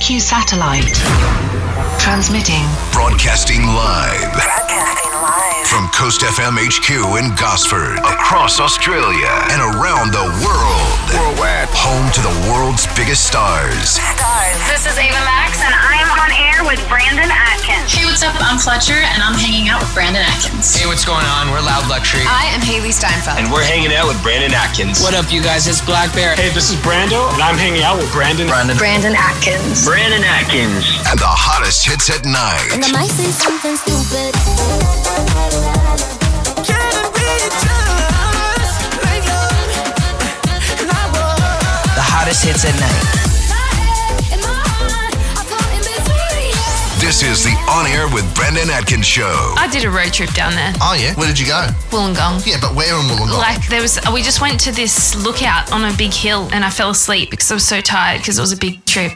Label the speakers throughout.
Speaker 1: Q Satellite. Transmitting.
Speaker 2: Broadcasting live
Speaker 3: Broadcasting live.
Speaker 2: from Coast FM HQ in Gosford, across Australia and around the world. Worldwide. Home to the world's biggest stars.
Speaker 3: Stars.
Speaker 4: This is Ava Max, and I'm on air with Brandon Atkins.
Speaker 5: Hey, what's up? I'm Fletcher, and I'm hanging out with Brandon Atkins.
Speaker 6: Hey, what's going on? We're Loud Luxury.
Speaker 5: I am Haley Steinfeld.
Speaker 7: And we're hanging out with Brandon Atkins.
Speaker 6: What up, you guys? It's Black Bear.
Speaker 8: Hey, this is Brando, and I'm hanging out with Brandon.
Speaker 7: Brandon.
Speaker 4: Brandon Atkins.
Speaker 7: Brandon Atkins.
Speaker 2: And the hottest hits at night.
Speaker 9: And I might say something stupid.
Speaker 6: The hottest hits at night.
Speaker 2: This is the On Air with Brendan Atkins show.
Speaker 10: I did a road trip down there,
Speaker 2: Oh, yeah? Where did you go?
Speaker 10: Wollongong.
Speaker 2: Yeah, but where in Wollongong?
Speaker 10: Like there was, we just went to this lookout on a big hill, and I fell asleep because I was so tired because it was a big trip.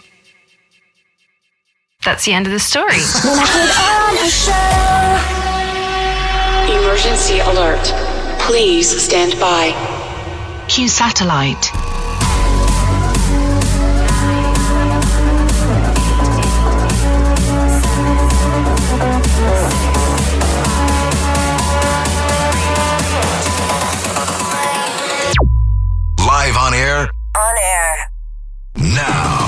Speaker 10: That's the end of the story.
Speaker 9: When I put on a show.
Speaker 11: Emergency alert. Please stand by.
Speaker 1: Q Satellite.
Speaker 2: Live on air
Speaker 3: On air.
Speaker 2: now.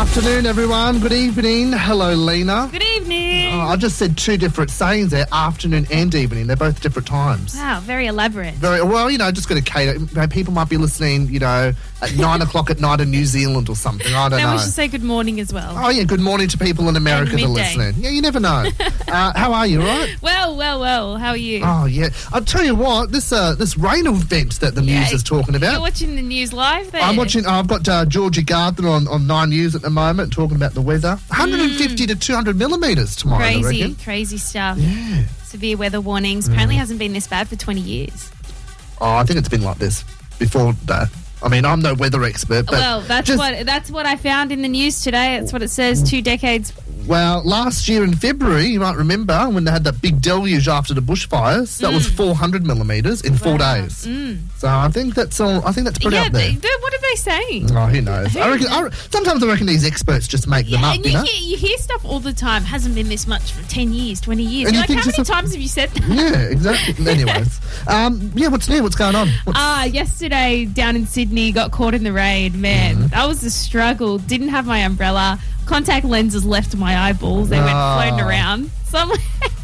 Speaker 12: Afternoon, everyone. Good evening. Hello, Lena. Good evening. Oh, I just said two different sayings there afternoon and evening. They're both different times.
Speaker 5: Wow, very elaborate.
Speaker 12: Very well, you know, just going to cater. People might be listening, you know, at nine o'clock at night in New Zealand or something. I don't
Speaker 5: Now
Speaker 12: know.
Speaker 5: we should say good morning as well.
Speaker 12: Oh yeah, good morning to people in America that are
Speaker 5: midday.
Speaker 12: listening. Yeah, you never know. uh, how are you, all right?
Speaker 5: Well, well, well. How are you?
Speaker 12: Oh yeah, I'll tell you what. This uh, this rain event that the news is talking
Speaker 5: You're
Speaker 12: about.
Speaker 5: watching the news live there.
Speaker 12: I'm watching. I've got uh, Georgia Gardner on, on Nine News at the moment talking about the weather. 150 to 200 millimeters tomorrow.
Speaker 5: Hmm.
Speaker 12: I
Speaker 5: Crazy,
Speaker 12: reckon. Mm.
Speaker 5: crazy stuff. Severe weather warnings. Apparently, hasn't been this bad for 20 years.
Speaker 12: Oh, I think it's been like this before. Uh, I mean, I'm no weather expert, but
Speaker 5: well, that's
Speaker 12: just-
Speaker 5: what that's what I found in the news today. That's what it says. Two decades.
Speaker 12: Well, last year in February, you might remember when they had that big deluge after the bushfires. That
Speaker 5: Hmm.
Speaker 12: was 400 millimeters in four days. So I think that's all. I think that's pretty
Speaker 5: yeah.
Speaker 12: up there.
Speaker 5: They, they- what are they saying?
Speaker 12: Oh, who knows? I reckon. I, re- sometimes I reckon these experts just make them
Speaker 5: Yeah,
Speaker 12: up,
Speaker 5: and
Speaker 12: you
Speaker 5: you,
Speaker 12: know.
Speaker 5: hear, you hear stuff all the time. Hasn't been this much for 10 years, 20 years.
Speaker 12: And you
Speaker 5: You're like,
Speaker 12: think
Speaker 5: how
Speaker 12: to
Speaker 5: many
Speaker 12: yourself-
Speaker 5: times have you said that?
Speaker 12: Yeah, exactly. Anyways, um, yeah, what's new? What's going on? What's,
Speaker 5: Ah, yesterday down in Sydney, got caught in the rain. Man, that was a struggle. Didn't have my umbrella. Contact lenses left my eyeballs. They went
Speaker 12: Ah.
Speaker 5: floating around somewhere.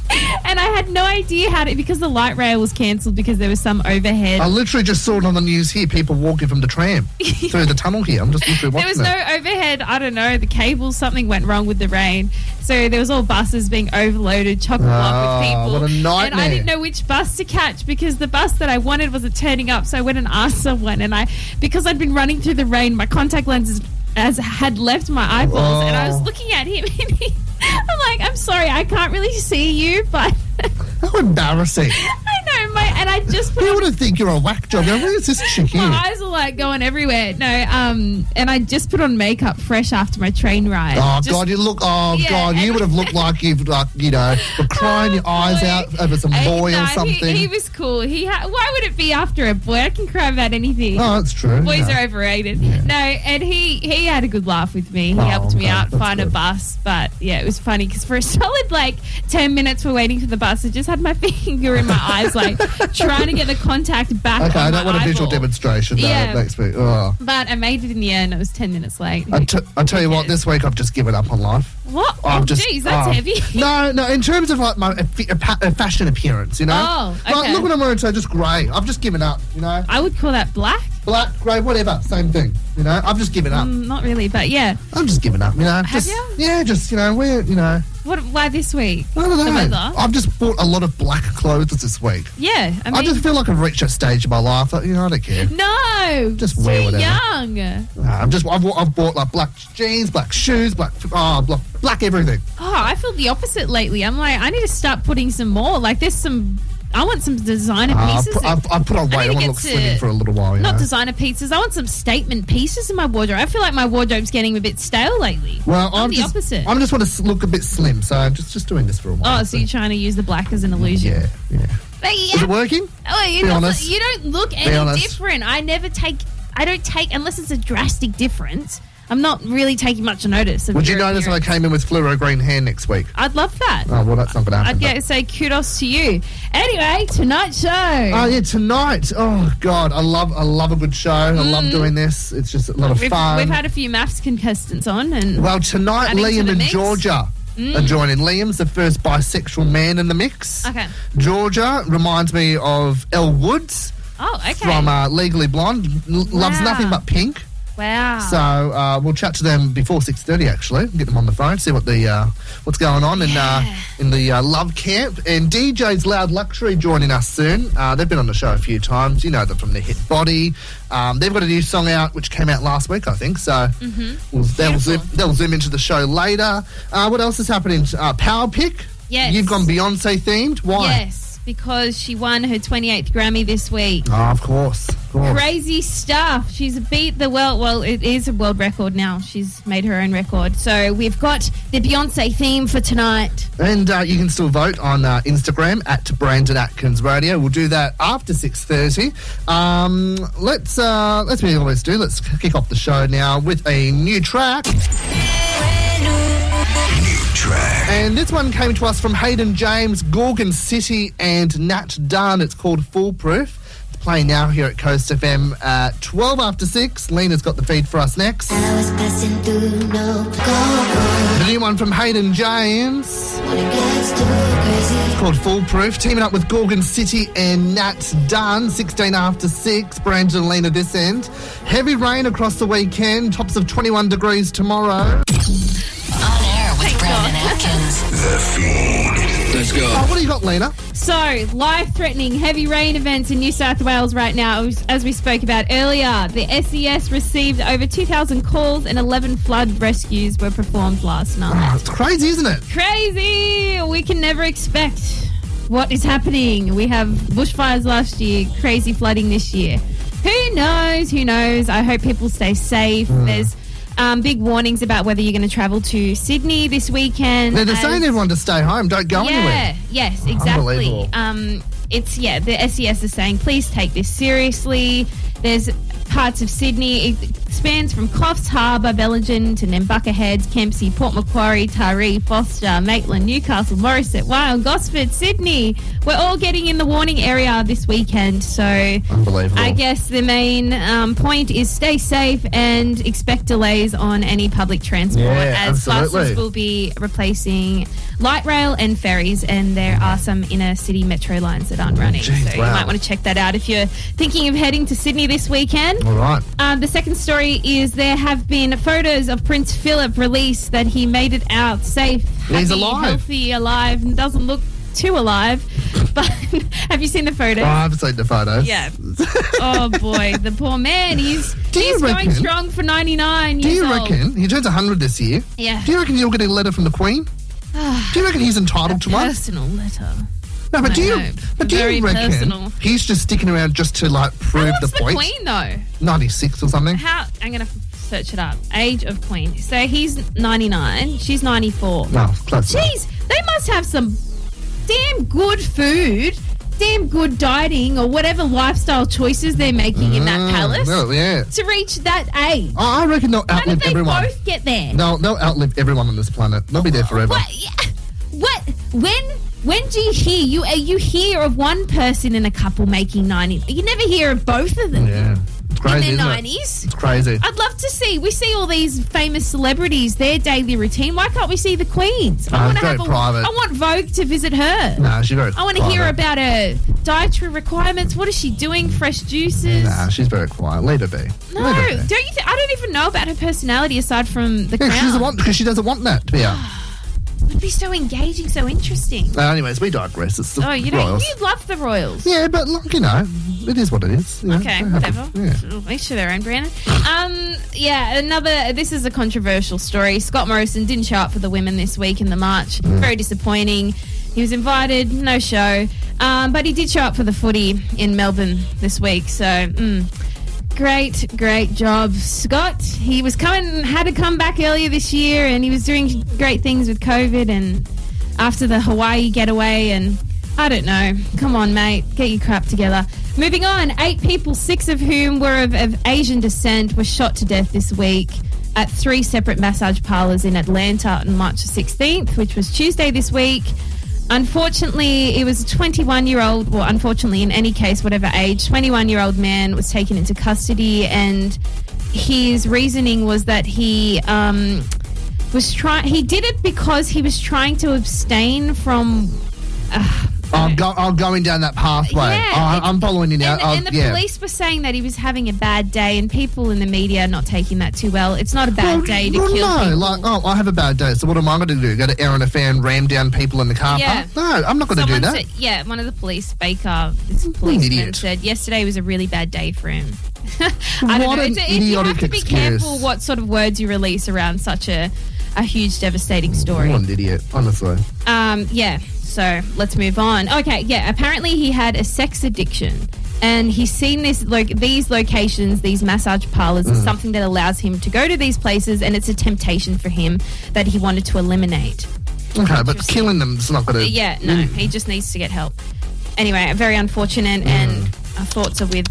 Speaker 5: and I had no idea how to, because the light rail was cancelled because there was some overhead.
Speaker 12: I literally just saw it on the news here. People walking from the tram through the tunnel here. I'm just literally
Speaker 5: there was
Speaker 12: watching it.
Speaker 5: no overhead. I don't know. The cable, something went wrong with the rain. So there was all buses being overloaded, chock a block with
Speaker 12: Ah,
Speaker 5: people.
Speaker 12: what a
Speaker 5: And I
Speaker 12: nightmare.
Speaker 5: didn't know which bus to catch because the bus that I wanted wasn't turning up. So I went and asked someone, and I because I'd been running through the rain, my contact lenses as had left my eyeballs, and I was
Speaker 12: Oh.
Speaker 5: looking at him. And he, I'm like, I'm sorry, I can't really see you, but
Speaker 12: How embarrassing!
Speaker 5: I know my and I just put
Speaker 12: Who
Speaker 5: on
Speaker 12: would think you're a whack job? Now, Where's this chick here?
Speaker 5: my eyes are like going everywhere. No, um, and I just put on makeup fresh after my train ride.
Speaker 12: Oh
Speaker 5: Just-
Speaker 12: God, you look. Oh
Speaker 5: Yeah,
Speaker 12: God, you
Speaker 5: and- Oh,
Speaker 12: would have looked like you've like you know were crying your eyes
Speaker 5: boy.
Speaker 12: out over some
Speaker 5: Uh,
Speaker 12: boy
Speaker 5: no,
Speaker 12: or
Speaker 5: he-
Speaker 12: something.
Speaker 5: He, was cool. He ha- why would it be after a boy? I can cry about anything.
Speaker 12: oh, that's true.
Speaker 5: Boys
Speaker 12: yeah.
Speaker 5: are overrated. No, and he he had a good laugh with me. He
Speaker 12: Oh,
Speaker 5: helped me
Speaker 12: okay,
Speaker 5: out
Speaker 12: that's
Speaker 5: find a
Speaker 12: good.
Speaker 5: bus, but yeah, it was funny because for a solid like ten minutes we're waiting for the bus. I just had my finger in my eyes, like trying to get the contact back.
Speaker 12: Okay,
Speaker 5: on my
Speaker 12: I don't want a visual
Speaker 5: eyeball.
Speaker 12: demonstration. No,
Speaker 5: Yeah.
Speaker 12: next week. Oh.
Speaker 5: But I made it in the end. It was ten minutes late.
Speaker 12: I, t- I tell you what, this week I've just given up on life.
Speaker 5: What?
Speaker 12: I'm
Speaker 5: oh,
Speaker 12: just.
Speaker 5: geez, that's
Speaker 12: oh.
Speaker 5: heavy.
Speaker 12: No, no. In terms of like my affi- appa- uh, fashion appearance, you know.
Speaker 5: Oh,
Speaker 12: Like,
Speaker 5: okay.
Speaker 12: look what I'm wearing today, just grey. I've just given up. You know,
Speaker 5: I would call that black.
Speaker 12: black, grey, whatever, same thing. You know, I've just given up.
Speaker 5: Mm, not really, but yeah.
Speaker 12: I'm just giving up. You know, just
Speaker 5: you?
Speaker 12: yeah, just you know, we're you know.
Speaker 5: What? Why this week?
Speaker 12: I don't know.
Speaker 5: The weather?
Speaker 12: I've just bought a lot of black clothes this week.
Speaker 5: Yeah, I mean,
Speaker 12: I just feel like I've reached a stage in my life that you know I don't care.
Speaker 5: no,
Speaker 12: Just
Speaker 5: too
Speaker 12: wear whatever.
Speaker 5: young.
Speaker 12: Nah, I'm just I've, I've bought like black jeans, black shoes, black oh, black, black everything.
Speaker 5: Oh, I feel the opposite lately. I'm like, I need to start putting some more. Like, there's some. I want some designer
Speaker 12: Uh,
Speaker 5: pieces.
Speaker 12: I've, I've, I've put on
Speaker 5: I
Speaker 12: weight. I,
Speaker 5: need to
Speaker 12: want to
Speaker 5: get
Speaker 12: look
Speaker 5: to-
Speaker 12: slim in for a little while. You
Speaker 5: not
Speaker 12: know?
Speaker 5: designer pieces. I want some statement pieces in my wardrobe. I feel like my wardrobe's getting a bit stale lately.
Speaker 12: well, I'm,
Speaker 5: I'm the
Speaker 12: just,
Speaker 5: opposite.
Speaker 12: I'm just want to look a bit slim, so I'm just just doing this for a while.
Speaker 5: oh, so you're trying to use the black as an illusion?
Speaker 12: yeah, yeah.
Speaker 5: But you
Speaker 12: Is
Speaker 5: have-
Speaker 12: it working?
Speaker 5: Oh, you,
Speaker 12: Be
Speaker 5: don't-
Speaker 12: honest.
Speaker 5: you don't look any
Speaker 12: honest.
Speaker 5: different. I never take. I don't take unless it's a drastic difference. I'm not really taking much notice. Of
Speaker 12: Would you
Speaker 5: your
Speaker 12: notice if I
Speaker 5: appearance.
Speaker 12: came in with fluoro green hair next week?
Speaker 5: I'd love that.
Speaker 12: Oh, well, that's not going to happen.
Speaker 5: I'd
Speaker 12: but-
Speaker 5: get say kudos to you. Anyway, tonight's show.
Speaker 12: Oh yeah, tonight. Oh god, I love I love a good show. I love doing this. It's just a lot of
Speaker 5: Mm. we've,
Speaker 12: fun.
Speaker 5: we've had a few maths contestants on, and
Speaker 12: well, tonight
Speaker 5: adding to
Speaker 12: Liam
Speaker 5: the
Speaker 12: and
Speaker 5: mix.
Speaker 12: Georgia
Speaker 5: Mm.
Speaker 12: are joining. Liam's the first bisexual man in the mix.
Speaker 5: Okay.
Speaker 12: Georgia reminds me of Elle Woods
Speaker 5: Oh, okay.
Speaker 12: from uh, Legally Blonde. L- Loves
Speaker 5: Wow.
Speaker 12: nothing but pink.
Speaker 5: wow.
Speaker 12: So uh, we'll chat to them before six thirty. Actually, get them on the phone, see what the uh, what's going on in uh, in the uh, love camp. And DJ's Loud Luxury joining us soon. Uh, they've been on the show a few times. You know them from the hit Body. Um, they've got a new song out which came out last week, I think. So
Speaker 5: Mhm.
Speaker 12: we'll, they'll zoom they'll zoom into the show later. Uh, what else is happening? Uh, Power Pick.
Speaker 5: Yes.
Speaker 12: You've gone Beyonce themed. Why?
Speaker 5: Yes, because she won her 28th Grammy this week.
Speaker 12: Oh, of course. Of course.
Speaker 5: Crazy stuff. She's beat the world. Well, it is a world record now. She's made her own record. So we've got the Beyonce theme for tonight.
Speaker 12: And uh, you can still vote on uh, Instagram at Brandon Atkins Radio. We'll do that after six thirty. Um, let's uh, let's we always do. Let's kick off the show now with a new track. And this one came to us from Hayden James, Gorgon City, and Nat Dunn. It's called Foolproof. It's playing now here at Coast FM at 12 after 6. Lena's got the feed for us next. The new one from Hayden James. It's called Foolproof. Teaming up with Gorgon City and Nat Dunn. 16 after 6. Brandon and Lena this end. Heavy rain across the weekend. Tops of 21 degrees tomorrow.
Speaker 1: With Brandon Atkins.
Speaker 2: The feed. Let's go.
Speaker 12: Oh, what do you got, Lena?
Speaker 5: So, life threatening heavy rain events in New South Wales right now, as we spoke about earlier. The SES received over 2,000 calls and 11 flood rescues were performed last night.
Speaker 12: Oh, It's crazy, isn't it?
Speaker 5: Crazy! We can never expect what is happening. We have bushfires last year, crazy flooding this year. Who knows? Who knows? I hope people stay safe.
Speaker 12: Mm.
Speaker 5: There's um, big warnings about whether you're going to travel to Sydney this weekend.
Speaker 12: They're just
Speaker 5: as-
Speaker 12: saying everyone to stay home. Don't go
Speaker 5: yeah,
Speaker 12: anywhere.
Speaker 5: Yes, exactly.
Speaker 12: Unbelievable.
Speaker 5: Um, it's yeah. The SES is saying please take this seriously. There's parts of Sydney it expands from Coffs Harbour, Bellingen to Nambucca Heads, Kempsey, Port Macquarie, Taree, Foster, Maitland, Newcastle, Morisset, Wyong, Gosford, Sydney. We're all getting in the warning area this weekend. So
Speaker 12: Unbelievable.
Speaker 5: I guess the main um, point is stay safe and expect delays on any public transport
Speaker 12: Yeah,
Speaker 5: as buses
Speaker 12: absolutely.
Speaker 5: will be replacing light rail and ferries, and there are some inner city metro lines that aren't running.
Speaker 12: Jeez,
Speaker 5: so you
Speaker 12: wow.
Speaker 5: might want to check that out if you're thinking of heading to Sydney this weekend.
Speaker 12: All right.
Speaker 5: Um, the second story is there have been photos of Prince Philip released that he made it out safe, happy,
Speaker 12: He's alive.
Speaker 5: healthy, alive, and doesn't look too alive. But have you seen the photos?
Speaker 12: Oh, I've seen the photos.
Speaker 5: Yeah. oh boy, the poor man. He's
Speaker 12: Do you
Speaker 5: he's going
Speaker 12: reckon-
Speaker 5: strong for ninety nine
Speaker 12: Do
Speaker 5: years
Speaker 12: you
Speaker 5: old.
Speaker 12: reckon he turns 100 this year?
Speaker 5: Yeah.
Speaker 12: Do you reckon he'll get a letter from the Queen? Do you reckon he's entitled to one?
Speaker 5: Personal letter.
Speaker 12: No, but
Speaker 5: I
Speaker 12: do you?
Speaker 5: know.
Speaker 12: But do
Speaker 5: Very
Speaker 12: you reckon
Speaker 5: personal.
Speaker 12: he's just sticking around just to like
Speaker 5: How
Speaker 12: prove
Speaker 5: old's
Speaker 12: the
Speaker 5: the
Speaker 12: point?
Speaker 5: Queen though?
Speaker 12: 96 or something.
Speaker 5: How I'm gonna search it up. Age of Queen. So he's ninety nine. She's ninety four.
Speaker 12: No, it's close. enough.
Speaker 5: Jeez, they must have some damn good food, damn good dieting, or whatever lifestyle choices they're making in that
Speaker 12: Mm,
Speaker 5: palace
Speaker 12: no, yeah.
Speaker 5: to reach that age.
Speaker 12: I I reckon they'll
Speaker 5: How did
Speaker 12: outlive
Speaker 5: they
Speaker 12: everyone.
Speaker 5: both get there?
Speaker 12: No, they'll outlive everyone on this planet. They'll be there forever.
Speaker 5: What? yeah, What? When? When do you hear you? Uh, you hear of one person in a couple making ninety. You never hear of both of them
Speaker 12: Yeah, it's
Speaker 5: in
Speaker 12: crazy.
Speaker 5: their
Speaker 12: isn't it?
Speaker 5: nineties.
Speaker 12: It's crazy.
Speaker 5: I'd love to see. We see all these famous celebrities, their daily routine. Why can't we see the queens?
Speaker 12: No,
Speaker 5: I want
Speaker 12: it's
Speaker 5: to
Speaker 12: very
Speaker 5: have. A,
Speaker 12: Uh, private.
Speaker 5: I want Vogue to visit her.
Speaker 12: Nah, she's very.
Speaker 5: I want to hear
Speaker 12: quiet.
Speaker 5: about her dietary requirements. What is she doing? Fresh juices.
Speaker 12: Nah, she's very quiet. Leave her be.
Speaker 5: No,
Speaker 12: Leave her be.
Speaker 5: don't you? Th- I don't even know about her personality aside from the
Speaker 12: Yeah, she
Speaker 5: crown.
Speaker 12: doesn't want because she doesn't want that to be out.
Speaker 5: It'd be so engaging, so interesting.
Speaker 12: Uh, anyways, we digress. It's the
Speaker 5: Oh, you know,
Speaker 12: royals.
Speaker 5: you love the royals.
Speaker 12: Yeah, but like you know, it is what it is. you know.
Speaker 5: Okay,
Speaker 12: It happens.
Speaker 5: whatever.
Speaker 12: Yeah.
Speaker 5: Each to their own, Brandon. Um, yeah, another. This is a controversial story. Scott Morrison didn't show up for the women this week in the march.
Speaker 12: Mm.
Speaker 5: Very disappointing. He was invited, no show. Um, but he did show up for the footy in Melbourne this week. So, mm, great, great job, Scott. He was coming, had to come back earlier this year, and he was doing great things with COVID and after the Hawaii getaway and I don't know. Come on, mate. Get your crap together. Moving on, eight people, six of whom were of, of Asian descent, were shot to death this week at three separate massage parlors in Atlanta on March 16th, which was Tuesday this week. Unfortunately, it was a 21 year old, well, unfortunately, in any case, whatever age, 21 year old man was taken into custody, and his reasoning was that he. Um, was trying. He did it because he was trying to abstain from. Uh,
Speaker 12: I'm, go- I'm going down that pathway.
Speaker 5: Yeah,
Speaker 12: I- I'm following you now.
Speaker 5: and,
Speaker 12: I'll-
Speaker 5: and the
Speaker 12: yeah.
Speaker 5: police were saying that he was having a bad day, and people in the media are not taking that too well. It's not a bad day to
Speaker 12: Well,
Speaker 5: kill
Speaker 12: no,
Speaker 5: people.
Speaker 12: like, oh, I have a bad day. So what am I going to do? Go to Aaron a fan, ram down people in the car
Speaker 5: Yeah.
Speaker 12: park? No, I'm not going to do
Speaker 5: Someone
Speaker 12: that.
Speaker 5: said- yeah, one of the police, Baker, this policeman
Speaker 12: idiot.
Speaker 5: said yesterday was a really bad day for him. I don't
Speaker 12: What
Speaker 5: know. It's
Speaker 12: an
Speaker 5: a- you have
Speaker 12: idiotic
Speaker 5: to be
Speaker 12: excuse.
Speaker 5: careful what sort of words you release around such a, a huge, devastating story.
Speaker 12: What an idiot, honestly.
Speaker 5: Um, yeah, so let's move on. Okay, yeah, apparently he had a sex addiction. And he's seen this like these locations, these massage parlors, as
Speaker 13: Mm.
Speaker 5: something that allows him to go to these places, and it's a temptation for him that he wanted to eliminate.
Speaker 12: Okay, but killing them is not going to.
Speaker 5: yeah, no, he just needs to get help. Anyway, very unfortunate, and our thoughts are with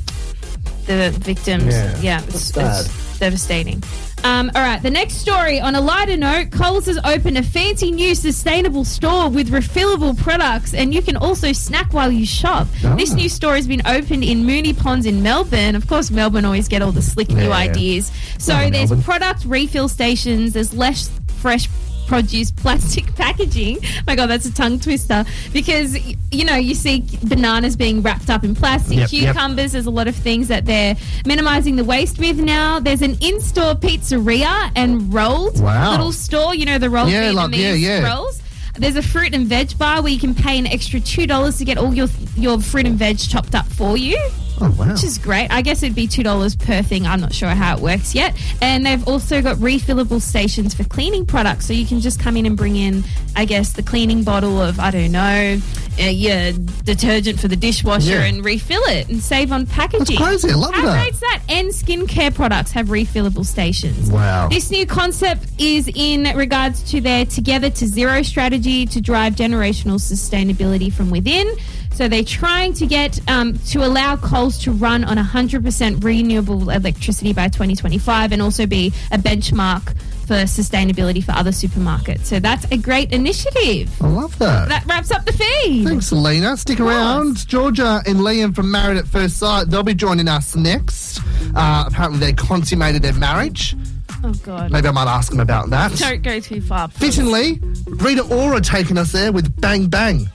Speaker 5: the victims.
Speaker 14: Yeah,
Speaker 5: Yeah,
Speaker 14: that's
Speaker 5: it's,
Speaker 14: bad.
Speaker 5: it's devastating. Um, all right, the next story. On a lighter note, Coles has opened a fancy new sustainable store with refillable products, and you can also snack while you shop.
Speaker 13: Ah.
Speaker 5: This new store has been opened in Mooney Ponds in Melbourne. Of course, Melbourne always get all the slick new
Speaker 13: Yeah.
Speaker 5: ideas. So
Speaker 13: Love
Speaker 5: there's
Speaker 13: Melbourne.
Speaker 5: product refill stations. There's less fresh produce plastic packaging. My God, that's a tongue twister. Because y- you know you see bananas being wrapped up in plastic,
Speaker 13: Yep, yep.
Speaker 5: cucumbers. There's a lot of things that they're minimizing the waste with now. There's an in-store pizzeria and rolled
Speaker 13: Wow.
Speaker 5: little store. You know the rolled
Speaker 13: Yeah,
Speaker 5: Vietnamese
Speaker 13: like- yeah, yeah.
Speaker 5: rolls. There's a fruit and veg bar where you can pay an extra two dollars to get all your your fruit and veg chopped up for you.
Speaker 12: Oh, wow.
Speaker 5: Which is great. I guess it'd be $2 per thing. I'm not sure how it works yet. And they've also got refillable stations for cleaning products. So you can just come in and bring in, I guess, the cleaning bottle of, I don't know, uh, your detergent for the dishwasher
Speaker 13: Yeah.
Speaker 5: and refill it and save on packaging.
Speaker 13: crazy. I love
Speaker 5: how
Speaker 13: that.
Speaker 5: great's that? And skincare products have refillable stations.
Speaker 13: Wow.
Speaker 5: This new concept is in regards to their Together to Zero strategy to drive generational sustainability from within. So they're trying to get um, to allow Coles to run on 100% renewable electricity by 2025 and also be a benchmark for sustainability for other supermarkets. So that's a great initiative.
Speaker 12: I love that.
Speaker 5: That wraps up the feed.
Speaker 12: Thanks, Lena. Stick around. Georgia and Liam from Married at First Sight, they'll be joining us next. Uh, apparently, they consummated their marriage.
Speaker 5: Oh, God.
Speaker 12: Maybe I might ask them about that.
Speaker 5: Don't go too far. please.
Speaker 12: Fittingly, Rita Ora taking us there with Bang Bang.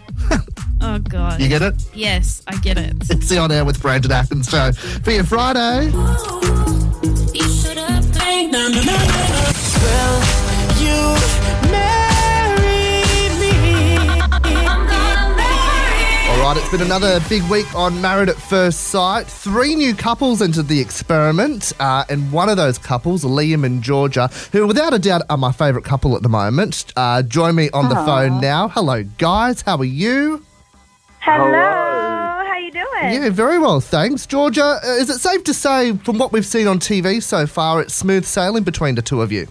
Speaker 5: Oh, God.
Speaker 12: You get it?
Speaker 5: Yes, I get it.
Speaker 12: It's the On Air with Brandon Atkins show for your Friday.
Speaker 13: Will you marry me?
Speaker 12: All right, it's been another big week on Married at First Sight. Three new couples entered the experiment, uh, and one of those couples, Liam and Georgia, who without a doubt are my favourite couple at the moment, uh, join me on the
Speaker 15: Aw.
Speaker 12: phone now. Hello, guys. How are you?
Speaker 15: Hello. How you doing?
Speaker 12: Yeah, very well, thanks. Georgia, uh, is it safe to say, from what we've seen on TV so far, it's smooth sailing between the two of you?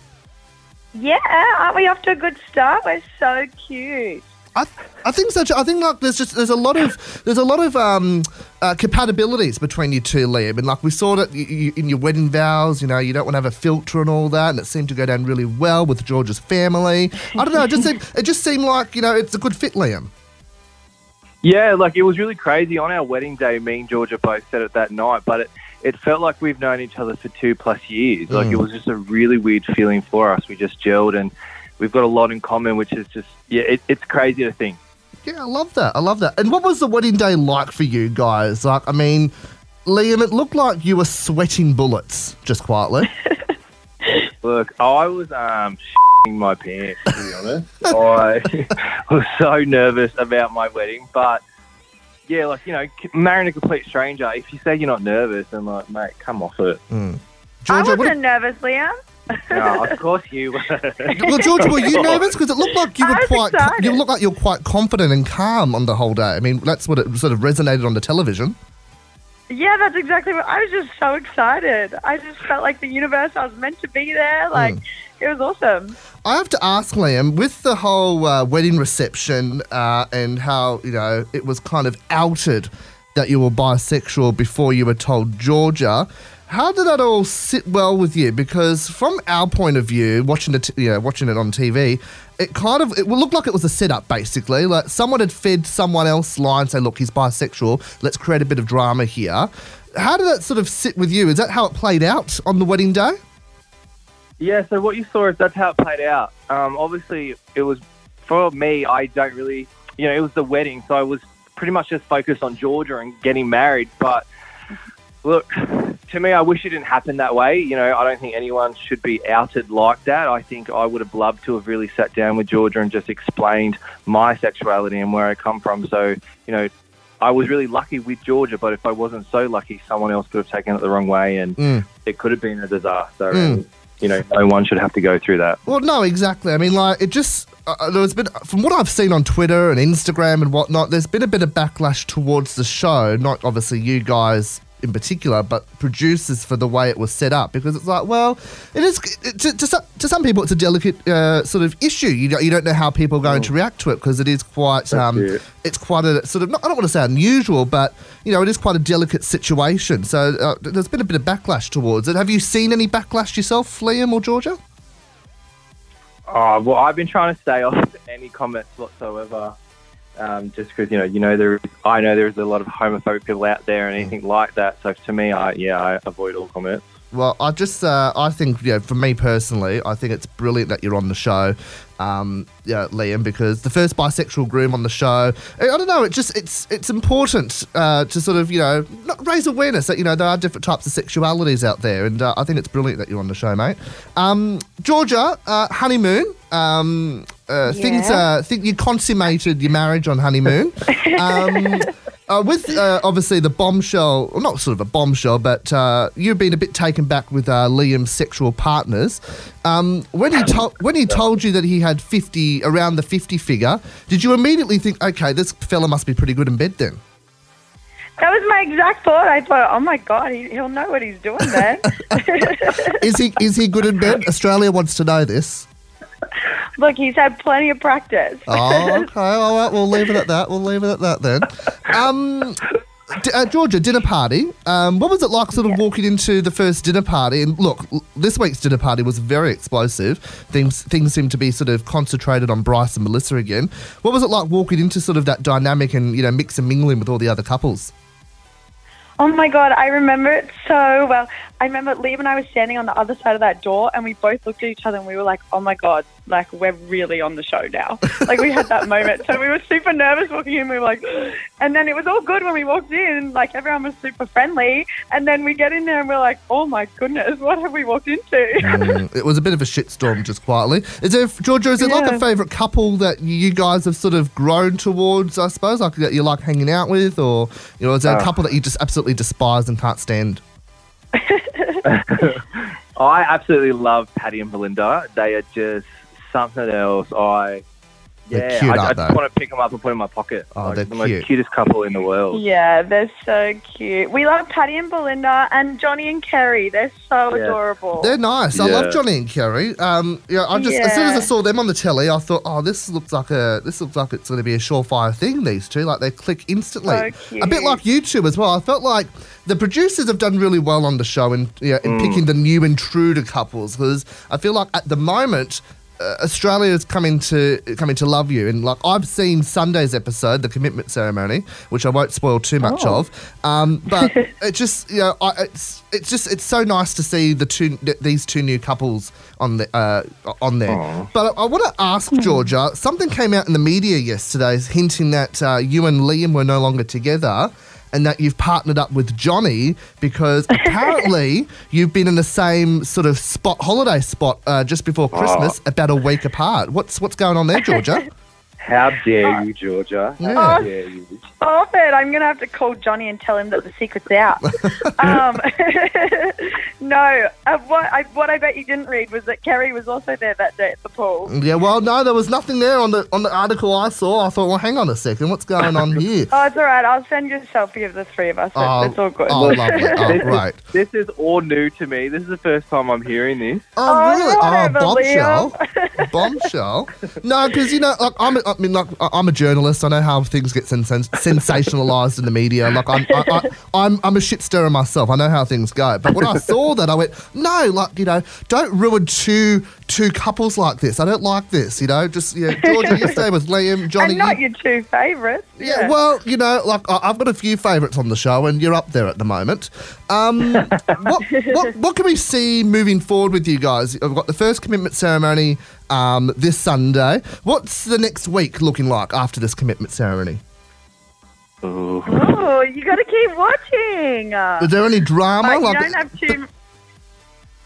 Speaker 15: Yeah, aren't we off to a good start? We're so cute.
Speaker 12: I, I think such. I think like there's just there's a lot of there's a lot of um, uh, compatibilities between you two, Liam. And like we saw that you, you, in your wedding vows, you know, you don't want to have a filter and all that, and it seemed to go down really well with George's family. I don't know. It just seemed, it just seemed like you know it's a good fit, Liam.
Speaker 16: Yeah, like it was really crazy. On our wedding day, me and Georgia both said it that night, but it, it felt like we've known each other for two plus years.
Speaker 12: Mm.
Speaker 16: Like it was just a really weird feeling for us. We just gelled and we've got a lot in common, which is just, yeah, it, it's crazy to think.
Speaker 12: Yeah, I love that. I love that. And what was the wedding day like for you guys? Like, I mean, Liam, it looked like you were sweating bullets, just quietly.
Speaker 16: Look, I was um shitting my pants to be honest. I was so nervous about my wedding, but yeah, like you know, c- marrying a complete stranger. If you say you're not nervous, then like, mate, come off it.
Speaker 12: Hmm.
Speaker 15: I wasn't nervous, Liam.
Speaker 16: No, of course you. were.
Speaker 12: Well, George, were you
Speaker 16: Of course.
Speaker 12: nervous? Because it looked like you
Speaker 15: I
Speaker 12: were
Speaker 15: was
Speaker 12: quite.
Speaker 15: excited.
Speaker 12: You looked like you were quite confident and calm on the whole day. I mean, that's what it sort of resonated on the television.
Speaker 15: Yeah, that's exactly what I was just so excited. I just felt like the universe, I was meant to be there. Like, it was awesome.
Speaker 12: I have to ask Liam with the whole uh, wedding reception uh, and how you know it was kind of outed that you were bisexual before you were told Georgia. How did that all sit well with you? Because from our point of view, watching the t- yeah, watching it on TV, it kind of it looked like it was a setup basically. Like someone had fed someone else lines, say, "Look, he's bisexual. Let's create a bit of drama here." How did that sort of sit with you? Is that how it played out on the wedding day?
Speaker 7: Yeah, so what you saw is that's how it played out. Um, obviously, it was for me. I don't really, you know, it was the wedding, so I was pretty much just focused on Georgia and getting married. But look, to me, I wish it didn't happen that way. You know, I don't think anyone should be outed like that. I think I would have loved to have really sat down with Georgia and just explained my sexuality and where I come from. So, you know, I was really lucky with Georgia, but if I wasn't so lucky, someone else could have taken it the wrong way, and
Speaker 12: Mm.
Speaker 7: it could have been a disaster.
Speaker 12: Mm.
Speaker 7: And, you know, no one should have to go through that.
Speaker 12: Well, no, exactly. I mean, like it just uh, there's been from what I've seen on Twitter and Instagram and whatnot. There's been a bit of backlash towards the show, not obviously you guys in particular, but producers for the way it was set up because it's like, well, it is it, to, to, some, to some people it's a delicate uh, sort of issue. You don't, you don't know how people are going to react to it because it is quite um,
Speaker 7: Oh. it.
Speaker 12: it's quite a sort of not, I don't want to say unusual, but you know it is quite a delicate situation. So uh, there's been a bit of backlash towards it. Have you seen any backlash yourself, Liam or Georgia?
Speaker 7: Oh, well, I've been trying to stay off any comments whatsoever, um, just because you know, you know, there. I know there's a lot of homophobic people out there
Speaker 12: Mm.
Speaker 7: and anything like that. So to me, I yeah, I avoid all comments.
Speaker 12: Well, I just, uh, I think, you know, for me personally, I think it's brilliant that you're on the show, um, yeah, Liam, because the first bisexual groom on the show, I I don't know, it just, it's, it's important uh, to sort of, you know, not raise awareness that you know there are different types of sexualities out there, and uh, I think it's brilliant that you're on the show, mate. Um, Georgia, uh, honeymoon, um, uh, things,
Speaker 17: Yeah.
Speaker 12: uh, think you consummated your marriage on honeymoon. Um, uh, with uh, obviously the bombshell, well, not sort of a bombshell, but uh, you've been a bit taken back with uh, Liam's sexual partners. Um, when he told when he told you that he had fifty around the fifty figure, did you immediately think, okay, this fella must be pretty good in bed then?
Speaker 5: That was my exact thought. I thought, oh my god, he, he'll know what he's doing, man.
Speaker 12: Is he is he good in bed? Australia wants to know this.
Speaker 5: Look, he's had plenty of practice.
Speaker 12: Oh, okay, all right, we'll leave it at that. We'll leave it at that then. Um, D- uh, Georgia, dinner party. Um, what was it like sort of walking into the first dinner party? And look, l- this week's dinner party was very explosive. Things things seem to be sort of concentrated on Bryce and Melissa again. What was it like walking into sort of that dynamic and, you know, mix and mingling with all the other couples?
Speaker 5: Oh my god, I remember it so well. I remember Liam and I were standing on the other side of that door, and we both looked at each other, and we were like, "Oh my god, like we're really on the show now." like we had that moment, so we were super nervous walking in. We were like, and then it was all good when we walked in. Like everyone was super friendly, and then we get in there and we're like, "Oh my goodness, what have we walked into?"
Speaker 12: Mm, it was a bit of a shitstorm, just quietly. Is there, Georgia, is there like
Speaker 5: Yeah.
Speaker 12: a favourite couple that you guys have sort of grown towards, I suppose, like that you like hanging out with? Or, you know, is there a
Speaker 7: Uh.
Speaker 12: couple that you just absolutely despise and can't stand?
Speaker 7: I absolutely love Patty and Belinda. They are just something else. I
Speaker 12: They're
Speaker 7: yeah,
Speaker 12: cute,
Speaker 7: I, I
Speaker 12: aren't
Speaker 7: just
Speaker 12: they?
Speaker 7: want to pick them up and put 'em in my pocket.
Speaker 12: Oh,
Speaker 7: Like,
Speaker 12: they're
Speaker 7: the most
Speaker 12: cute.
Speaker 7: cutest couple in the world.
Speaker 5: yeah, they're so cute. We love Patty and Belinda, and Johnny and Kerry. They're so adorable.
Speaker 12: They're nice. I
Speaker 7: Yeah.
Speaker 12: love Johnny and Kerry. Um, yeah, I just as soon as I
Speaker 5: Yeah.
Speaker 12: saw them on the telly, I thought, oh, this looks like a this looks like it's going to be a surefire thing. These two, like they click instantly.
Speaker 5: So
Speaker 12: A bit like you two as well. I felt like the producers have done really well on the show in yeah, in picking the new intruder couples because I feel like at the moment. Uh, Australia is coming to coming to love you, and like I've seen Sunday's episode, the commitment ceremony, which I won't spoil too much
Speaker 5: Oh.
Speaker 12: of. Um, but it just, you know, I, it's it's just it's so nice to see the two th- these two new couples on the uh, on there. But I, want to ask Georgia. Something came out in the media yesterday hinting that uh, you and Liam were no longer together. And that you've partnered up with Johnny because apparently you've been in the same sort of spot, holiday spot, uh, just before Christmas, about a week apart. What's what's going on there, Georgia?
Speaker 7: How dare you, Georgia? How
Speaker 12: Yeah.
Speaker 7: dare you?
Speaker 5: Stop it. I'm going to have to call Johnny and tell him that the secret's out. um, no, uh, what, I, what I bet you didn't read was that Kerry was also there that day at the pool.
Speaker 12: Yeah, well, no, there was nothing there on the on the article I saw. I thought, well, hang on a second, what's going on here?
Speaker 5: Oh, it's all right. I'll send you a selfie of the three of us.
Speaker 12: Oh,
Speaker 5: It's it's all good.
Speaker 12: oh, lovely. Oh,
Speaker 7: This is-
Speaker 12: right.
Speaker 7: This is all new to me. This is the first time I'm hearing this.
Speaker 12: Oh, really? Oh,
Speaker 5: whatever,
Speaker 12: bombshell. bombshell. No, because you know, like I'm, uh, I mean, like, I- I'm a journalist. I know how things get sens- sens- sensationalized in the media. Like, I'm, I, I, I'm, I'm a shit stirrer myself. I know how things go. But when I saw that, I went, no, like, you know, don't ruin two two couples like this. I don't like this, you know. Just, you know, Georgia, you stay with Liam, Johnny.
Speaker 15: and not
Speaker 12: you-
Speaker 15: your two favourites.
Speaker 12: yeah, well, you know, like I- I've got a few favourites on the show, and you're up there at the moment. Um, what, what what can we see moving forward with you guys? I've got the first commitment ceremony um, this Sunday. What's the next week looking like after this commitment ceremony?
Speaker 15: Oh, you got to keep watching.
Speaker 12: Is there any drama?
Speaker 15: Like, you
Speaker 12: Like-
Speaker 15: don't have to.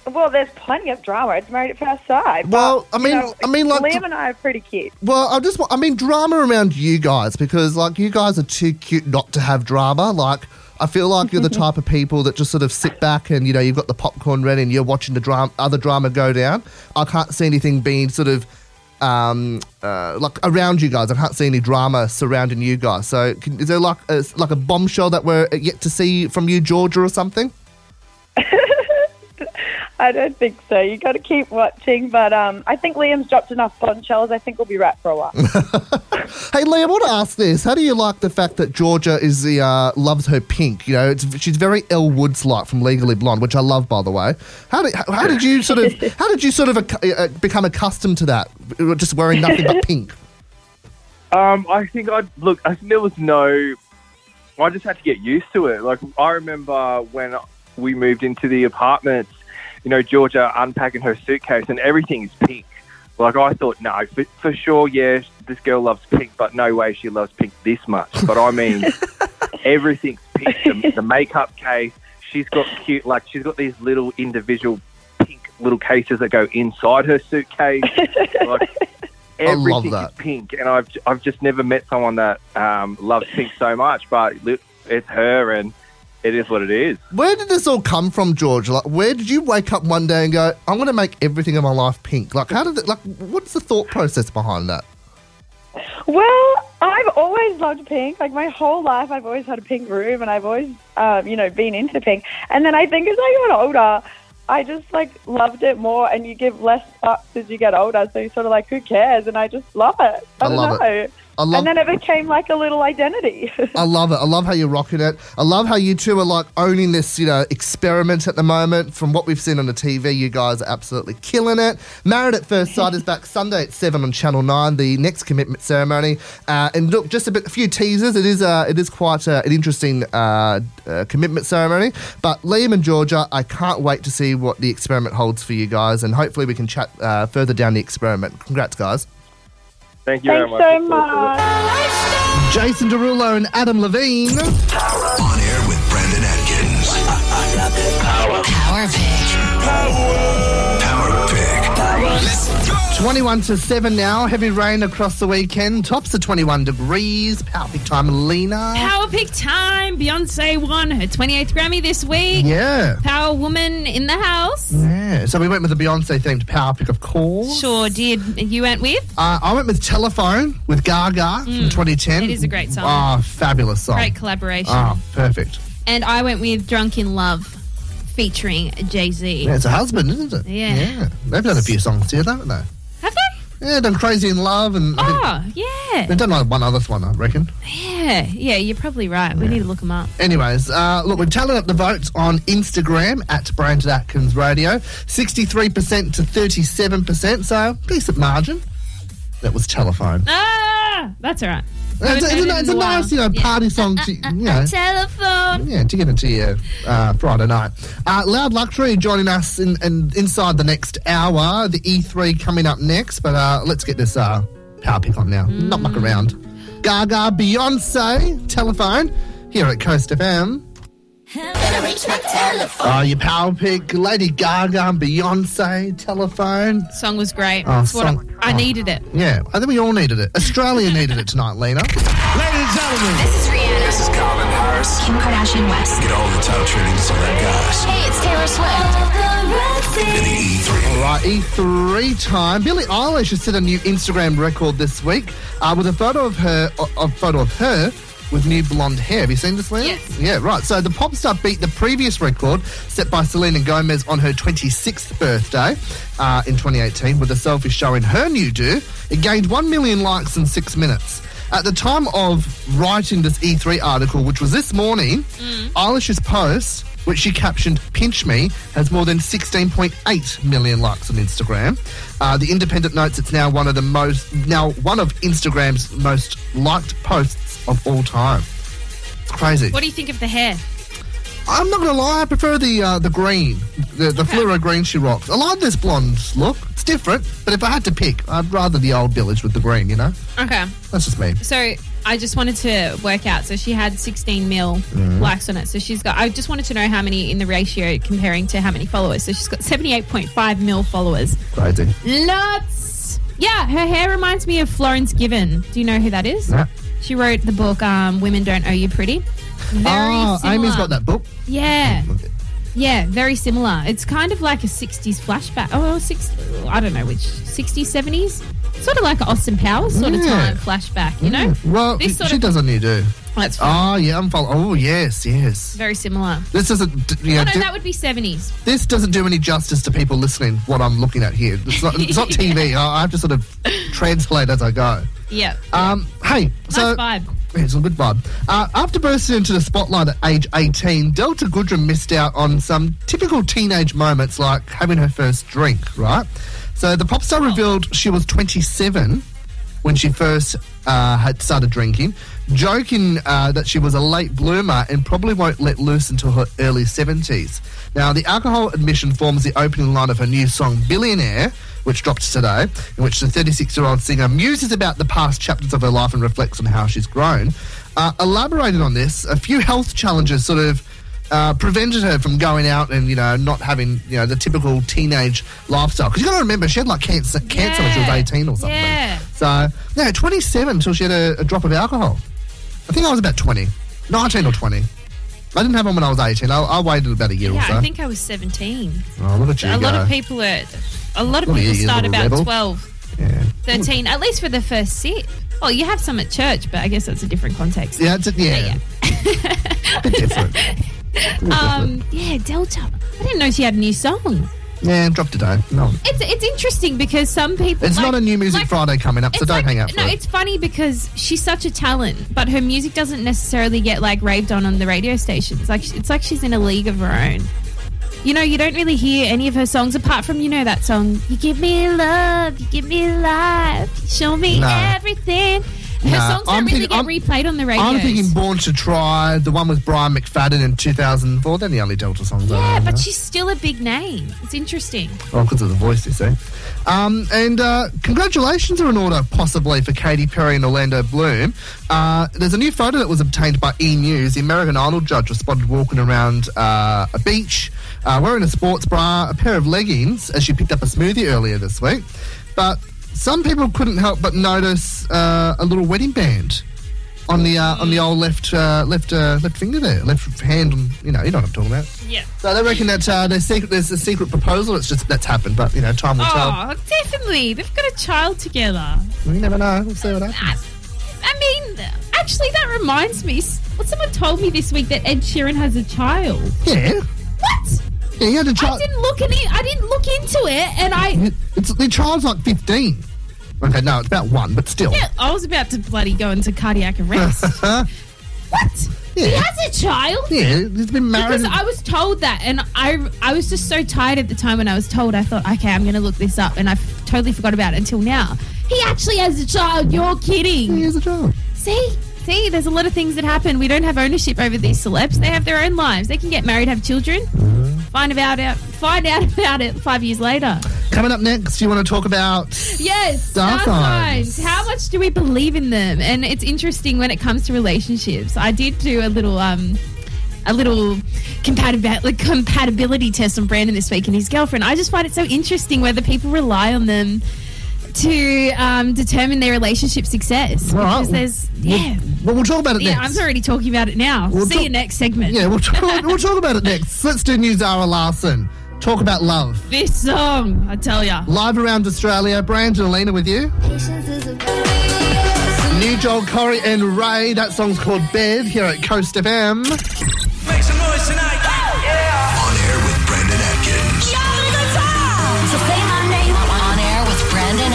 Speaker 15: Well, there's plenty of drama. It's married at first sight. but,
Speaker 12: Well, I
Speaker 15: you
Speaker 12: mean-
Speaker 15: know,
Speaker 12: I mean, like-
Speaker 15: Liam and I are pretty cute.
Speaker 12: Well, I just want, I mean, drama around you guys because, like, you guys are too cute not to have drama. Like, I feel like you're the type of people that just sort of sit back and, you know, you've got the popcorn ready and you're watching the drama, other drama go down. I can't see anything being sort of, um, uh, like around you guys. I can't see any drama surrounding you guys. So, can, is there like a, like a bombshell that we're yet to see from you, Georgia, or something?
Speaker 15: I don't think so. You got to keep watching. But um, I think Liam's dropped enough bombshells. I think we'll be wrapped for a while.
Speaker 12: Hey, Liam, I want to ask this. How do you like the fact that Georgia is the uh, loves her pink? You know, it's, she's very Elle Woods like from Legally Blonde, which I love, by the way. How did how, how did you sort of how did you sort of accu- uh, become accustomed to that? Just wearing nothing but pink.
Speaker 16: Um, I think I look. I think there was no. I just had to get used to it. Like I remember when we moved into the apartments, you know, Georgia unpacking her suitcase and everything's pink. Like I thought, no, for, for sure, yeah, this girl loves pink, but no way she loves pink this much. But I mean, everything's pink. The, the makeup case, she's got cute, like she's got these little individual pink little cases that go inside her suitcase. like
Speaker 12: I love
Speaker 16: everything
Speaker 12: that.
Speaker 16: is pink, and I've I've just never met someone that um, loves pink so much. But li- it's her, and it is what it is.
Speaker 12: Where did this all come from, Georgia? Like, where did you wake up one day and go, "I'm going to make everything in my life pink"? Like, how did it, like what's the thought process behind that?
Speaker 15: Well, I've always loved pink. Like my whole life, I've always had a pink room, and I've always, um, you know, been into pink. And then I think as I got older, I just like loved it more. And you give less fucks as you get older, so you're sort of like, who cares? And I just love it. I,
Speaker 12: I
Speaker 15: don't
Speaker 12: love it.
Speaker 15: know.
Speaker 12: I love-
Speaker 15: and then it became like a little identity.
Speaker 12: I love it. I love how you're rocking it. I love how you two are like owning this, you know, experiment at the moment. From what we've seen on the TV, you guys are absolutely killing it. Married at First Sight is back Sunday at seven on Channel Nine. The next commitment ceremony, uh, and look, just a bit, a few teasers. It is, uh, it is quite uh, an interesting uh, uh, commitment ceremony. But Liam and Georgia, I can't wait to see what the experiment holds for you guys, and hopefully we can chat uh, further down the experiment. Congrats, guys.
Speaker 16: Thank you
Speaker 15: Thanks so
Speaker 16: very much.
Speaker 15: much.
Speaker 12: Jason Derulo and Adam Levine.
Speaker 2: On air with Brandon Atkins. Power.
Speaker 1: Power pick.
Speaker 2: Power pick.
Speaker 12: 21 to 7 now. Heavy rain across the weekend. Tops of 21 degrees. Power big time, Lena.
Speaker 5: Power pick time. Beyonce won her 28th Grammy this week.
Speaker 12: Yeah.
Speaker 5: Power woman in the house.
Speaker 12: Yeah. So we went with the Beyonce themed power pick, of course.
Speaker 5: Sure did. You went with?
Speaker 12: Uh, I went with Telephone with Gaga from 2010.
Speaker 5: It Mm. is a great song.
Speaker 12: Ah, fabulous song.
Speaker 5: Great collaboration.
Speaker 12: Ah, perfect.
Speaker 5: And I went with Drunk in Love featuring Jay Z.
Speaker 12: Yeah, it's a husband, isn't it?
Speaker 5: Yeah.
Speaker 12: Yeah. They've done a few songs here, haven't they?
Speaker 5: Have they?
Speaker 12: Yeah, done Crazy in Love and I think-
Speaker 5: Oh, yeah.
Speaker 12: they've done like one other one, I reckon.
Speaker 5: Yeah, yeah, you're probably right. We need to look them up.
Speaker 12: Anyways, uh, look, we're tallying up the votes on Instagram at Brandon Atkins Radio. 63% to 37%, so decent margin. That was telephone.
Speaker 5: Ah, that's all right.
Speaker 12: It's, a- it's a, it's a nice, you know, party song to, you know,
Speaker 5: telephone.
Speaker 12: yeah, to get into your uh, Friday night. Uh, Loud Luxury joining us in, in inside the next hour. The E3 coming up next, but uh, let's get this uh, power pick on now. Not muck around. Gaga, Beyonce, telephone here at Coast FM.
Speaker 9: Gonna reach my telephone.
Speaker 12: Uh, your power pick, Lady Gaga, Beyonce, telephone.
Speaker 5: Song was great.
Speaker 12: Oh,
Speaker 5: That's what I-
Speaker 12: song-
Speaker 5: I,
Speaker 12: oh.
Speaker 5: needed it.
Speaker 12: Yeah, I think we all needed it. Australia needed it tonight, Lena.
Speaker 1: Ladies and gentlemen. This is Rihanna. This is Calvin Harris. Kim Kardashian West.
Speaker 2: Get all the top trending celeb guys.
Speaker 1: Hey, it's Taylor Swift.
Speaker 2: E
Speaker 12: All right, E3 time. Billie Eilish has set a new Instagram record this week uh, with a photo of her, a photo of her with new blonde hair. Have you seen this, Lena? Yes. Yeah, right. So the pop star beat the previous record set by Selena Gomez on her 26th birthday uh, in 2018 with a selfie showing her new do. It gained 1 million likes in six minutes. At the time of writing this E3 article, which was this morning, Eilish's post, which she captioned Pinch Me, has more than 16.8 million likes on Instagram. Uh, the Independent notes it's now one of the most, now one of Instagram's most liked posts of all time. It's crazy.
Speaker 5: What do you think of the hair?
Speaker 12: I'm not gonna lie, I prefer the uh, the green, the, the fluoro green she rocks. I like this blonde look. It's different, but if I had to pick, I'd rather the old village with the green. You know,
Speaker 5: Okay.
Speaker 12: that's just me.
Speaker 5: So I just wanted to work out. So she had 16 mil
Speaker 12: Mhm.
Speaker 5: likes on it. So she's got. I just wanted to know how many in the ratio comparing to how many followers. So she's got 78.5 mil followers.
Speaker 12: Crazy.
Speaker 5: Nuts. Yeah, her hair reminds me of Florence Given. Do you know who that is?
Speaker 12: No.
Speaker 5: She wrote the book um, "Women Don't Owe You Pretty." Very
Speaker 12: oh,
Speaker 5: similar.
Speaker 12: Amy's got that book.
Speaker 5: Yeah. Yeah, very similar. It's kind of like a 60s flashback. Oh, six, I don't know which. 60s, 70s? Sort of like an Austin Powers sort of
Speaker 12: Yeah.
Speaker 5: time flashback, you know?
Speaker 12: Mm. Well,
Speaker 5: This sort
Speaker 12: she
Speaker 5: of-
Speaker 12: doesn't need to.
Speaker 5: That's
Speaker 12: Oh yeah, I'm following. Oh yes, yes.
Speaker 5: Very similar.
Speaker 12: This doesn't. d- You
Speaker 5: oh,
Speaker 12: know,
Speaker 5: no,
Speaker 12: do-
Speaker 5: that would be 70s.
Speaker 12: this doesn't do any justice to people listening. What I'm looking at here, it's not, it's not TV. I I have to sort of translate as I go.
Speaker 5: Yeah.
Speaker 12: Um, hey, so
Speaker 5: nice vibe.
Speaker 12: Yeah, It's a good vibe. Uh, after bursting into the spotlight at age 18, Delta Goodrum missed out on some typical teenage moments like having her first drink, right? So the pop
Speaker 5: Oh.
Speaker 12: star revealed she was 27 when she first uh, had started drinking, joking uh, that she was a late bloomer and probably won't let loose until her early 70s. Now, the alcohol admission forms the opening line of her new song, Billionaire, which dropped today, in which the 36 year old singer muses about the past chapters of her life and reflects on how she's grown. Uh, elaborating on this, a few health challenges sort of uh, prevented her from going out and you know not having you know the typical teenage lifestyle. Because you got to remember, she had like cancer, cancer when she was
Speaker 5: Yeah.
Speaker 12: eighteen or something.
Speaker 5: Yeah.
Speaker 12: So no, twenty seven until she had a, a drop of alcohol. I think I was about 20, 19 or twenty. I didn't have one when I was eighteen. I, I waited about a year or so.
Speaker 5: Yeah, I think I was 17.
Speaker 12: oh, look at you
Speaker 5: A lot
Speaker 12: go.
Speaker 5: of people are. A lot of
Speaker 12: Look at
Speaker 5: people
Speaker 12: you, you
Speaker 5: start
Speaker 12: little
Speaker 5: about
Speaker 12: rebel.
Speaker 5: 12,
Speaker 12: Yeah.
Speaker 5: 13, at least for the first sip. Oh, you have some at church, but I guess that's a different context.
Speaker 12: Yeah, it's a, yeah. a bit different.
Speaker 5: Um, yeah, Delta. I didn't know she had a new song.
Speaker 12: Yeah, drop today. No,
Speaker 5: It's it's interesting because some people.
Speaker 12: it's
Speaker 5: like-
Speaker 12: not a new music
Speaker 5: like-
Speaker 12: Friday coming up, so
Speaker 5: it's
Speaker 12: don't
Speaker 5: like-
Speaker 12: hang out for
Speaker 5: No,
Speaker 12: it.
Speaker 5: it's funny because she's such a talent, but her music doesn't necessarily get like raved on on the radio stations. Like it's like she's in a league of her own. You know, you don't really hear any of her songs apart from you know that song. You give me love, you give me life, you show me
Speaker 12: No.
Speaker 5: everything. Her
Speaker 12: Nah,
Speaker 5: songs don't
Speaker 12: I'm
Speaker 5: really get
Speaker 12: thinking- I'm-
Speaker 5: replayed on the radio.
Speaker 12: I'm thinking Born to Try, the one with Brian McFadden in 2004. They're the only Delta songs I
Speaker 5: yeah,
Speaker 12: know.
Speaker 5: but she's still a big name. It's interesting.
Speaker 12: Oh, because of the voice, you see. Um, and uh, congratulations are in order, possibly, for Katy Perry and Orlando Bloom. Uh, there's a new photo that was obtained by E! News. The American Idol judge was spotted walking around uh, a beach, uh, wearing a sports bra, a pair of leggings, as she picked up a smoothie earlier this week. But some people couldn't help but notice uh, a little wedding band. On the uh, on the old left uh, left uh, left finger there, left hand. on- You know, you know what I'm talking about.
Speaker 5: Yeah.
Speaker 12: So they reckon that uh, there's, secret, there's a secret proposal. It's just that's happened, but you know, time will
Speaker 5: Oh, definitely. They've got a child together.
Speaker 12: tell. We never know. We'll see what happens.
Speaker 5: I mean, actually, that reminds me. s- Well, someone told me this week that Ed Sheeran has a child.
Speaker 12: Yeah.
Speaker 5: What?
Speaker 12: Yeah, he had a
Speaker 5: I
Speaker 12: child. Hmm.
Speaker 5: didn't look any. I didn't look into it, and I.
Speaker 12: It's the child's like 15. Okay, no, it's about one, but still.
Speaker 5: Yeah, I was about to bloody go into cardiac arrest.
Speaker 12: yeah,
Speaker 5: what? He has a child.
Speaker 12: he's been married.
Speaker 5: Because I was told that, and I I was just so tired at the time when I was told. I thought, okay, I'm going to look this up, and I f- totally forgot about it until now. He actually has a child. You're kidding. He
Speaker 12: has a child.
Speaker 5: See, see, there's a lot of things that happen. We don't have ownership over these celebs. They have their own lives. They can get married, have children. Find about it. Find out about it five years later.
Speaker 12: Coming up next, you want to talk about.
Speaker 5: Yes,
Speaker 12: Star
Speaker 5: star
Speaker 12: signs.
Speaker 5: signs. How much do we believe in them? And it's interesting when it comes to relationships. I did do a little um a little compatib- like, compatibility test on Brandon this week and his girlfriend. I just find it so interesting whether people rely on them to um, determine their relationship success.
Speaker 12: All right.
Speaker 5: Because there's yeah.
Speaker 12: Well, we'll talk about it
Speaker 5: Yeah,
Speaker 12: next.
Speaker 5: I'm already talking about it now.
Speaker 12: We'll
Speaker 5: See
Speaker 12: talk-
Speaker 5: you next segment.
Speaker 12: Yeah, we'll talk, we'll talk about it next. Let's do New Zara Larson. Talk about love.
Speaker 5: This song, I tell ya.
Speaker 12: Live around Australia. Brandon and Elena with you.
Speaker 9: Patience is a
Speaker 12: New Joel Corey and Ray. That song's called Bed here at Coast FM.
Speaker 2: Make some noise tonight. On air with Brandon Atkins.
Speaker 9: So say my name on air with Brandon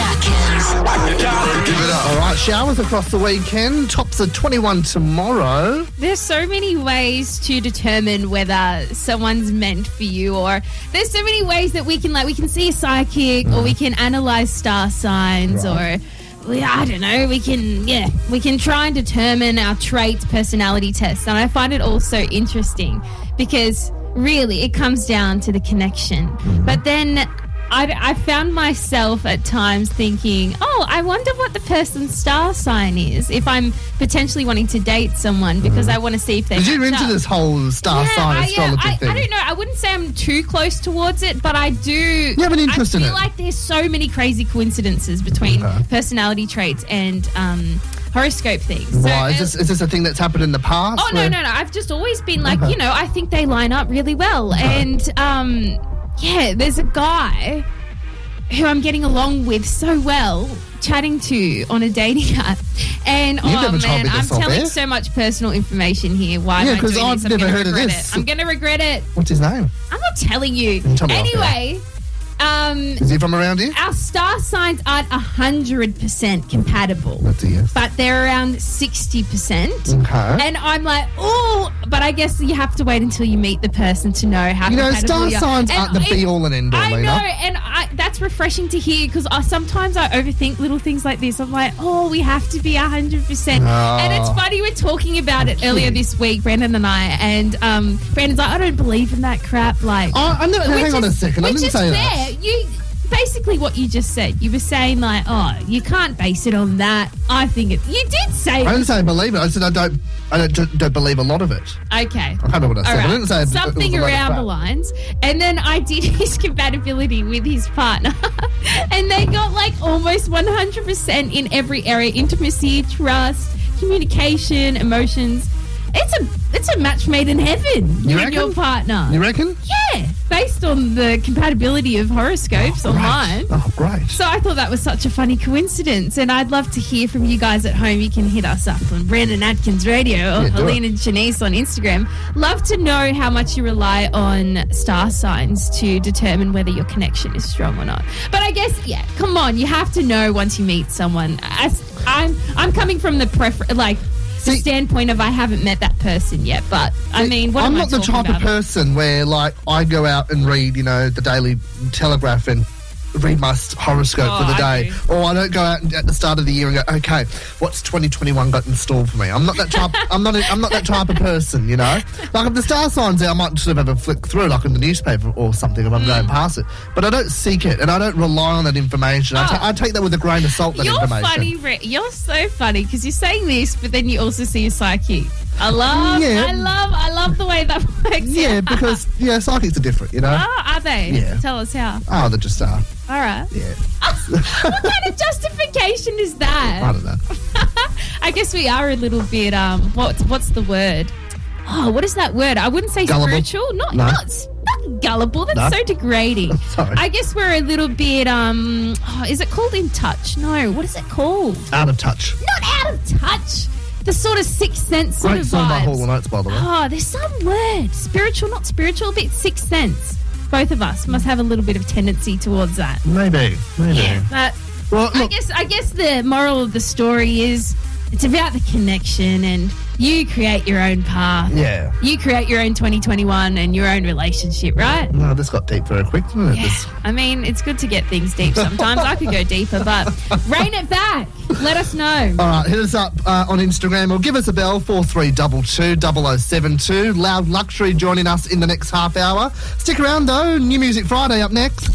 Speaker 9: Atkins.
Speaker 12: Give it up. All right, showers across the weekend. Tops are 21 tomorrow.
Speaker 5: There's so many ways to determine whether someone's meant for you, or there's so many ways that we can like we can see a psychic, or we can analyze star signs, or we, I don't know, we can yeah, we can try and determine our traits, personality tests, and I find it all so interesting because really it comes down to the connection. But then. I, I found myself at times thinking, oh, I wonder what the person's star sign is if I'm potentially wanting to date someone because I want to see if they.
Speaker 12: Mm-hmm. Did you
Speaker 5: match
Speaker 12: into
Speaker 5: up.
Speaker 12: this whole star
Speaker 5: Yeah,
Speaker 12: sign
Speaker 5: I- yeah,
Speaker 12: astrology
Speaker 5: I,
Speaker 12: thing?
Speaker 5: I don't know. I wouldn't say I'm too close towards it, but I do. You
Speaker 12: have an interest
Speaker 5: I
Speaker 12: in
Speaker 5: feel
Speaker 12: it.
Speaker 5: like there's so many crazy coincidences between personality traits and um, horoscope things. So
Speaker 12: Why? Is this, is this a thing that's happened in the past?
Speaker 5: Oh no,
Speaker 12: where-
Speaker 5: no, no! I've just always been like,
Speaker 12: Okay.
Speaker 5: you know, I think they line up really well,
Speaker 12: Uh-huh.
Speaker 5: and um, yeah, there's a guy who I'm getting along with so well, chatting to on a dating app, and
Speaker 12: You've
Speaker 5: oh
Speaker 12: never told
Speaker 5: man,
Speaker 12: me
Speaker 5: I'm
Speaker 12: this off
Speaker 5: telling
Speaker 12: air.
Speaker 5: so much personal information here. Why?
Speaker 12: Yeah,
Speaker 5: am I
Speaker 12: 'cause
Speaker 5: doing
Speaker 12: I've
Speaker 5: this? I'm
Speaker 12: never
Speaker 5: gonna
Speaker 12: heard of
Speaker 5: regret
Speaker 12: this.
Speaker 5: It. I'm gonna regret it.
Speaker 12: What's his name?
Speaker 5: I'm not telling you.
Speaker 12: tell me off air.
Speaker 5: anyway, um,
Speaker 12: Is he from around here?
Speaker 5: our star signs aren't hundred percent compatible
Speaker 12: That's a yes.
Speaker 5: but they're around 60%.
Speaker 12: Okay.
Speaker 5: And I'm like, oh, but I guess you have to wait until you meet the person to know how
Speaker 12: You know,
Speaker 5: compatible
Speaker 12: star
Speaker 5: you are.
Speaker 12: signs
Speaker 5: And
Speaker 12: aren't the
Speaker 5: it-
Speaker 12: be all and end all,
Speaker 5: I
Speaker 12: Lena.
Speaker 5: know, and I, that's refreshing to hear because I, sometimes I overthink little things like this. I'm like, oh, we have to be 100%.
Speaker 12: Oh.
Speaker 5: And it's funny, we're talking about it earlier this week, Brandon and I, and um, Brandon's like, I don't believe in that crap. Like,
Speaker 12: Oh, I'm not- now,
Speaker 5: Which
Speaker 12: hang on a
Speaker 5: is-
Speaker 12: second, I
Speaker 5: which
Speaker 12: didn't
Speaker 5: is
Speaker 12: say
Speaker 5: fair.
Speaker 12: that.
Speaker 5: You basically what you just said. You were saying like, oh, you can't base it on that. I think it. You did say.
Speaker 12: I didn't say I believe it. I said I don't. I don't, don't believe a lot of it.
Speaker 5: Okay.
Speaker 12: I can't remember what I said.
Speaker 5: All
Speaker 12: I didn't say it- it was
Speaker 5: something
Speaker 12: a load of
Speaker 5: around
Speaker 12: crap.
Speaker 5: the lines, and then I did his compatibility with his partner, and they got like almost one hundred percent in every area: intimacy, trust, communication, emotions. It's a it's a match made in heaven.
Speaker 12: You
Speaker 5: You, and your
Speaker 12: reckon?
Speaker 5: partner.
Speaker 12: You reckon?
Speaker 5: Yeah, based on the compatibility of horoscopes online.
Speaker 12: Oh, great.
Speaker 5: So I thought that was such a funny coincidence, and I'd love to hear from you guys at home. You can hit us up on Brandon Atkins Radio or
Speaker 12: Yeah, do
Speaker 5: Helena Janice on Instagram. Love to know how much you rely on star signs to determine whether your connection is strong or not. But I guess, yeah, come on, you have to know once you meet someone. I, am I'm coming from the prefer like the standpoint of I haven't met that person yet, but I mean, what
Speaker 12: I'm
Speaker 5: am I
Speaker 12: not the
Speaker 5: talking about?
Speaker 12: type of person where, like, I go out and read, you know, the Daily Telegraph and read my s- horoscope
Speaker 5: Oh,
Speaker 12: for the
Speaker 5: I
Speaker 12: day. Or I don't go out and, at the start of the year and go, okay, what's 2021 got in store for me? I'm not that type. I'm not. A, I'm not that type of person, you know. Like if the star signs there, I might sort of have a flick through, like in the newspaper or something, if I'm
Speaker 5: Hmm.
Speaker 12: going past it. But I don't seek it, and I don't rely on that information. I
Speaker 5: Oh.
Speaker 12: ta- I take that with a grain of salt. That
Speaker 5: You're
Speaker 12: information.
Speaker 5: funny, Rick. You're so funny because you're saying this, but then you also see a psyche. I love,
Speaker 12: Yeah.
Speaker 5: I love, I love the way that works.
Speaker 12: Yeah, because yeah, psychics are different, you know.
Speaker 5: Oh, are they?
Speaker 12: Yeah.
Speaker 5: Tell us how.
Speaker 12: Oh, they're just uh,
Speaker 5: All right.
Speaker 12: yeah.
Speaker 5: what kind of justification is
Speaker 12: I
Speaker 5: that?
Speaker 12: don't know.
Speaker 5: I guess we are a little bit. Um, what's what's the word? Oh, what is that word? I wouldn't say
Speaker 12: Gullible.
Speaker 5: spiritual. Not
Speaker 12: No.
Speaker 5: not not gullible. That's
Speaker 12: No.
Speaker 5: so degrading.
Speaker 12: Sorry.
Speaker 5: I guess we're a little bit. Um, oh, is it called in touch? No. What is it called?
Speaker 12: Out of touch.
Speaker 5: not out of touch. The sort of sixth sense sort
Speaker 12: Great
Speaker 5: of
Speaker 12: song by Hall and
Speaker 5: vibes.
Speaker 12: Oates, by the way.
Speaker 5: Oh, there's some word. Spiritual, not spiritual, but sixth sense. Both of us must have a little bit of tendency towards that.
Speaker 12: Maybe, maybe.
Speaker 5: But
Speaker 12: Well,
Speaker 5: I guess I guess the moral of the story is it's about the connection and you create your own path.
Speaker 12: Yeah.
Speaker 5: You create your own 2021 and your own relationship, right?
Speaker 12: No, this got deep very quick, didn't it?
Speaker 5: Yeah.
Speaker 12: This-
Speaker 5: I mean, it's good to get things deep sometimes. I could go deeper, but rein it back. Let us know.
Speaker 12: All right, hit us up uh, on Instagram or give us a bell, 4322 0072. Loud Luxury joining us in the next half hour. Stick around though, New Music Friday up next.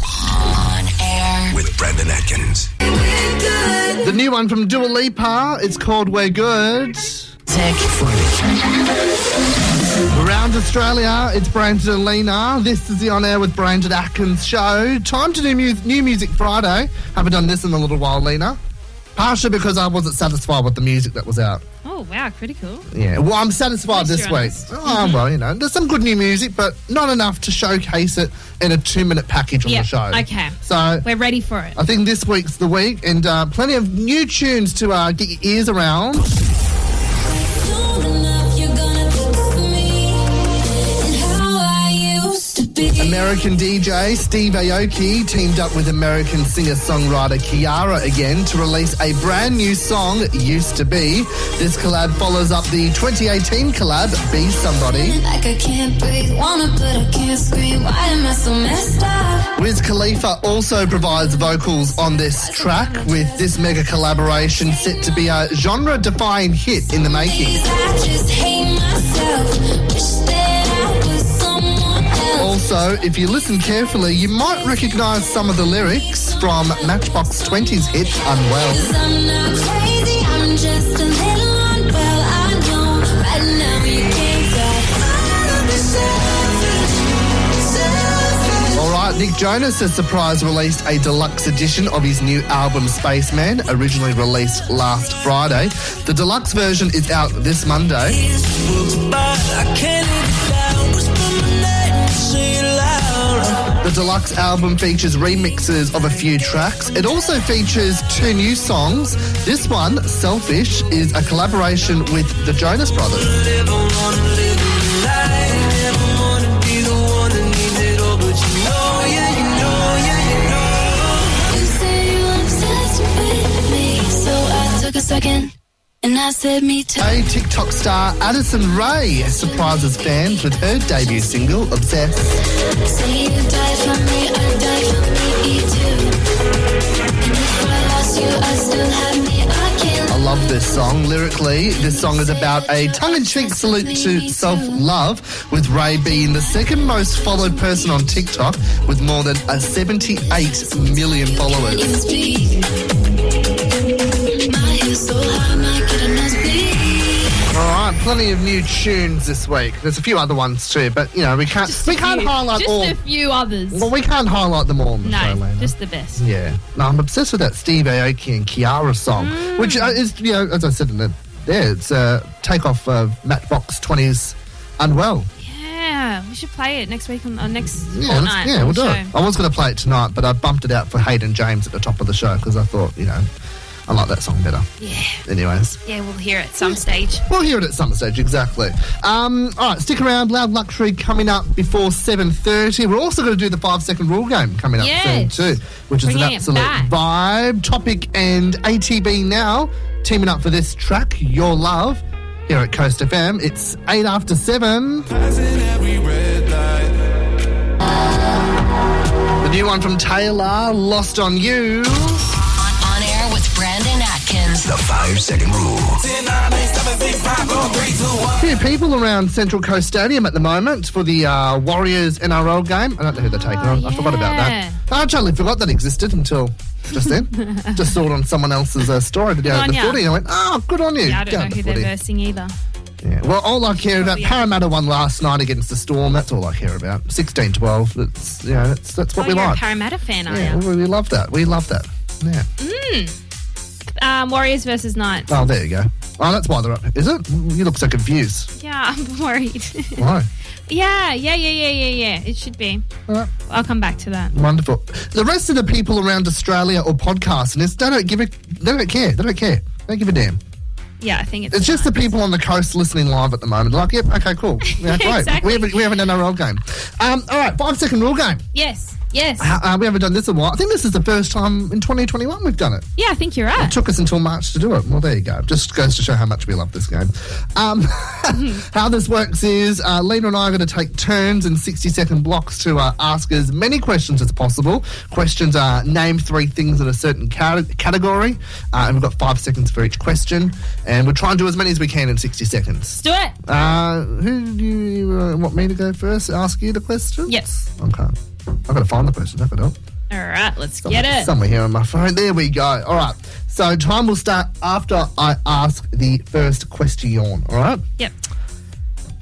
Speaker 2: With Brandon Atkins.
Speaker 12: The new one from Dua Lipa, it's called We're Good. Tech Around Australia, it's Brandon and Lena. This is the On Air with Brandon Atkins show. Time to do mu- New Music Friday. Haven't done this in a little while, Lena. Partially because I wasn't satisfied with the music that was out.
Speaker 5: Oh, Oh, wow, critical.
Speaker 12: Yeah, well, I'm satisfied
Speaker 5: At least
Speaker 12: this
Speaker 5: you're
Speaker 12: week. Oh, well, you know, there's some good new music, but not enough to showcase it in a two minute package on
Speaker 5: Yeah,
Speaker 12: the show.
Speaker 5: okay.
Speaker 12: So
Speaker 5: We're ready for it.
Speaker 12: I think this week's the week, and uh, plenty of new tunes to uh, get your ears around. American DJ Steve Aoki teamed up with American singer songwriter Kiara again to release a brand new song, Used to Be. This collab follows up the 2018 collab, Be Somebody.
Speaker 9: Like I can't breathe, wanna but I can't scream. Why am I so messed up?
Speaker 12: Wiz Khalifa also provides vocals on this track, with this mega collaboration set to be a genre defying hit in the making.
Speaker 9: I just hate myself. Wish that I was someone else.
Speaker 12: Also, if you listen carefully, you might recognise some of the lyrics from Matchbox 20's hit Unwell.
Speaker 9: I'm not crazy, I'm just a little unwell. I know right now you can't tell. I'm selfish, selfish.
Speaker 12: Alright, Nick Jonas has surprise released a deluxe edition of his new album Spaceman, originally released last Friday. The deluxe version is out this Monday. The deluxe album features remixes of a few tracks. It also features two new songs. This one, Selfish, is a collaboration with the Jonas Brothers.
Speaker 9: You say you obsessed with me, so I took a second and I said me too.
Speaker 12: A TikTok star Addison Ray surprises fans with her debut single, Obsessed.
Speaker 9: Say you died for me, I died for me too. And if I lost you, I still have me. I can't.
Speaker 12: I love this song lyrically. This song is about a tongue in cheek salute to self love, with Ray being the second most followed person on TikTok with more than uh, 78 million followers. All right, plenty of new tunes this week. There's a few other ones too, but you know, we can't, we can't
Speaker 5: Few-
Speaker 12: highlight
Speaker 5: just
Speaker 12: all.
Speaker 5: a few others.
Speaker 12: Well, we can't highlight them all in the
Speaker 5: no,
Speaker 12: show, Lana.
Speaker 5: just the best.
Speaker 12: Yeah. No, I'm obsessed with that Steve Aoki and Kiara song, which uh, is, you know, as I said in the, there, it's a takeoff of Matchbox 20's Unwell.
Speaker 5: Oh, Yeah, we should play it next week on, on next
Speaker 12: Yeah, let's-
Speaker 5: fortnight.
Speaker 12: yeah
Speaker 5: on
Speaker 12: we'll do
Speaker 5: the
Speaker 12: it.
Speaker 5: show.
Speaker 12: I was going to play it tonight, but I bumped it out for Hayden James at the top of the show because I thought, you know, I like that song better.
Speaker 5: Yeah,
Speaker 12: Anyways.
Speaker 5: yeah, we'll hear it some stage.
Speaker 12: We'll hear it at some stage, exactly. Um, all right, stick around. Loud Luxury coming up before seven thirty. We're also going to do the five second rule game coming up
Speaker 5: Yes.
Speaker 12: soon too, which is
Speaker 5: Bringing
Speaker 12: an
Speaker 5: it
Speaker 12: absolute
Speaker 5: back.
Speaker 12: vibe. Topic and ATB now teaming up for this track, Your Love. Here at Coast FM, it's eight after seven. The new one from Taylor, Lost on You.
Speaker 9: On air with Brandon Atkins.
Speaker 2: The five second rule.
Speaker 12: Few people around Central Coast Stadium at the moment for the uh, Warriors NRL game. I don't know who they're taking
Speaker 5: Oh,
Speaker 12: on. I forgot about that. I totally forgot that existed until just then. just saw it on someone else's uh, story today at
Speaker 5: on
Speaker 12: the
Speaker 5: ya.
Speaker 12: footy. And I went, oh, good on you.
Speaker 5: Yeah, I don't
Speaker 12: Go
Speaker 5: know
Speaker 12: the
Speaker 5: who they're
Speaker 12: footy.
Speaker 5: versing either.
Speaker 12: Yeah. Well, all I care about, Parramatta won last night against the Storm. That's all I care about. 16-12. That's, you know, that's, that's what
Speaker 5: oh,
Speaker 12: we
Speaker 5: you're
Speaker 12: like.
Speaker 5: a Parramatta fan, are
Speaker 12: yeah,
Speaker 5: you?
Speaker 12: we, we love that. We love that. Yeah.
Speaker 5: Mm. Um, Warriors versus Knights.
Speaker 12: Oh, there you go. Oh, that's why they're up. Is it? You look so confused.
Speaker 5: Yeah, I'm worried.
Speaker 12: Why?
Speaker 5: yeah, yeah, yeah, yeah, yeah, yeah. It should be. I'll come back to that.
Speaker 12: Wonderful. The rest of the people around Australia or podcasting, they don't give a, they don't care. They don't care. They don't give a damn.
Speaker 5: Yeah, I think it's.
Speaker 12: It's just the people on the coast listening live at the moment. Like, yep, okay, cool. Yeah, great.
Speaker 5: Exactly.
Speaker 12: We haven't we haven't done our old game. Um, all right, five second rule game.
Speaker 5: Yes, yes.
Speaker 12: Uh, uh, we haven't done this in a while. I think this is the first time in 2021 we've done it.
Speaker 5: Yeah, I think you're right.
Speaker 12: It took us until March to do it. Well, there you go. Just goes to show how much we love this game. Um, how this works is uh, Lena and I are going to take turns in 60 second blocks to uh, ask as many questions as possible. Questions are name three things in a certain cate- category, uh, and we've got five seconds for each question. And we'll try and do as many as we can in 60 seconds.
Speaker 5: Let's do it.
Speaker 12: Uh, who do you uh, want me to go first? Ask you the question?
Speaker 5: Yes.
Speaker 12: Okay. I've got to find the question. I've got to.
Speaker 5: All right, let's
Speaker 12: Somewhere,
Speaker 5: get it.
Speaker 12: Somewhere here on my phone. There we go. All right. So time will start after I ask the first question. All right.
Speaker 5: Yep.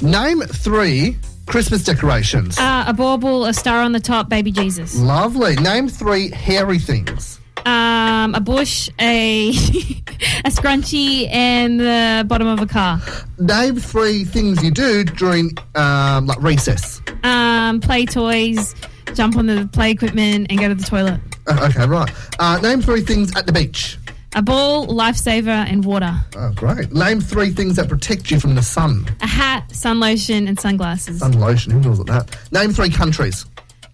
Speaker 12: Name three Christmas decorations.
Speaker 5: Uh, a bauble, a star on the top, baby Jesus.
Speaker 12: Lovely. Name three hairy things.
Speaker 5: um, a bush, a a scrunchie, and the bottom of a car.
Speaker 12: Name three things you do during um, like recess.
Speaker 5: Um, play toys, jump on the play equipment, and go to the toilet.
Speaker 12: Uh, okay, right. Uh, name three things at the beach.
Speaker 5: A ball, lifesaver, and water.
Speaker 12: Oh, great. Name three things that protect you from the sun.
Speaker 5: A hat, sun lotion, and sunglasses.
Speaker 12: Sun lotion. Who knows what that? Name three countries.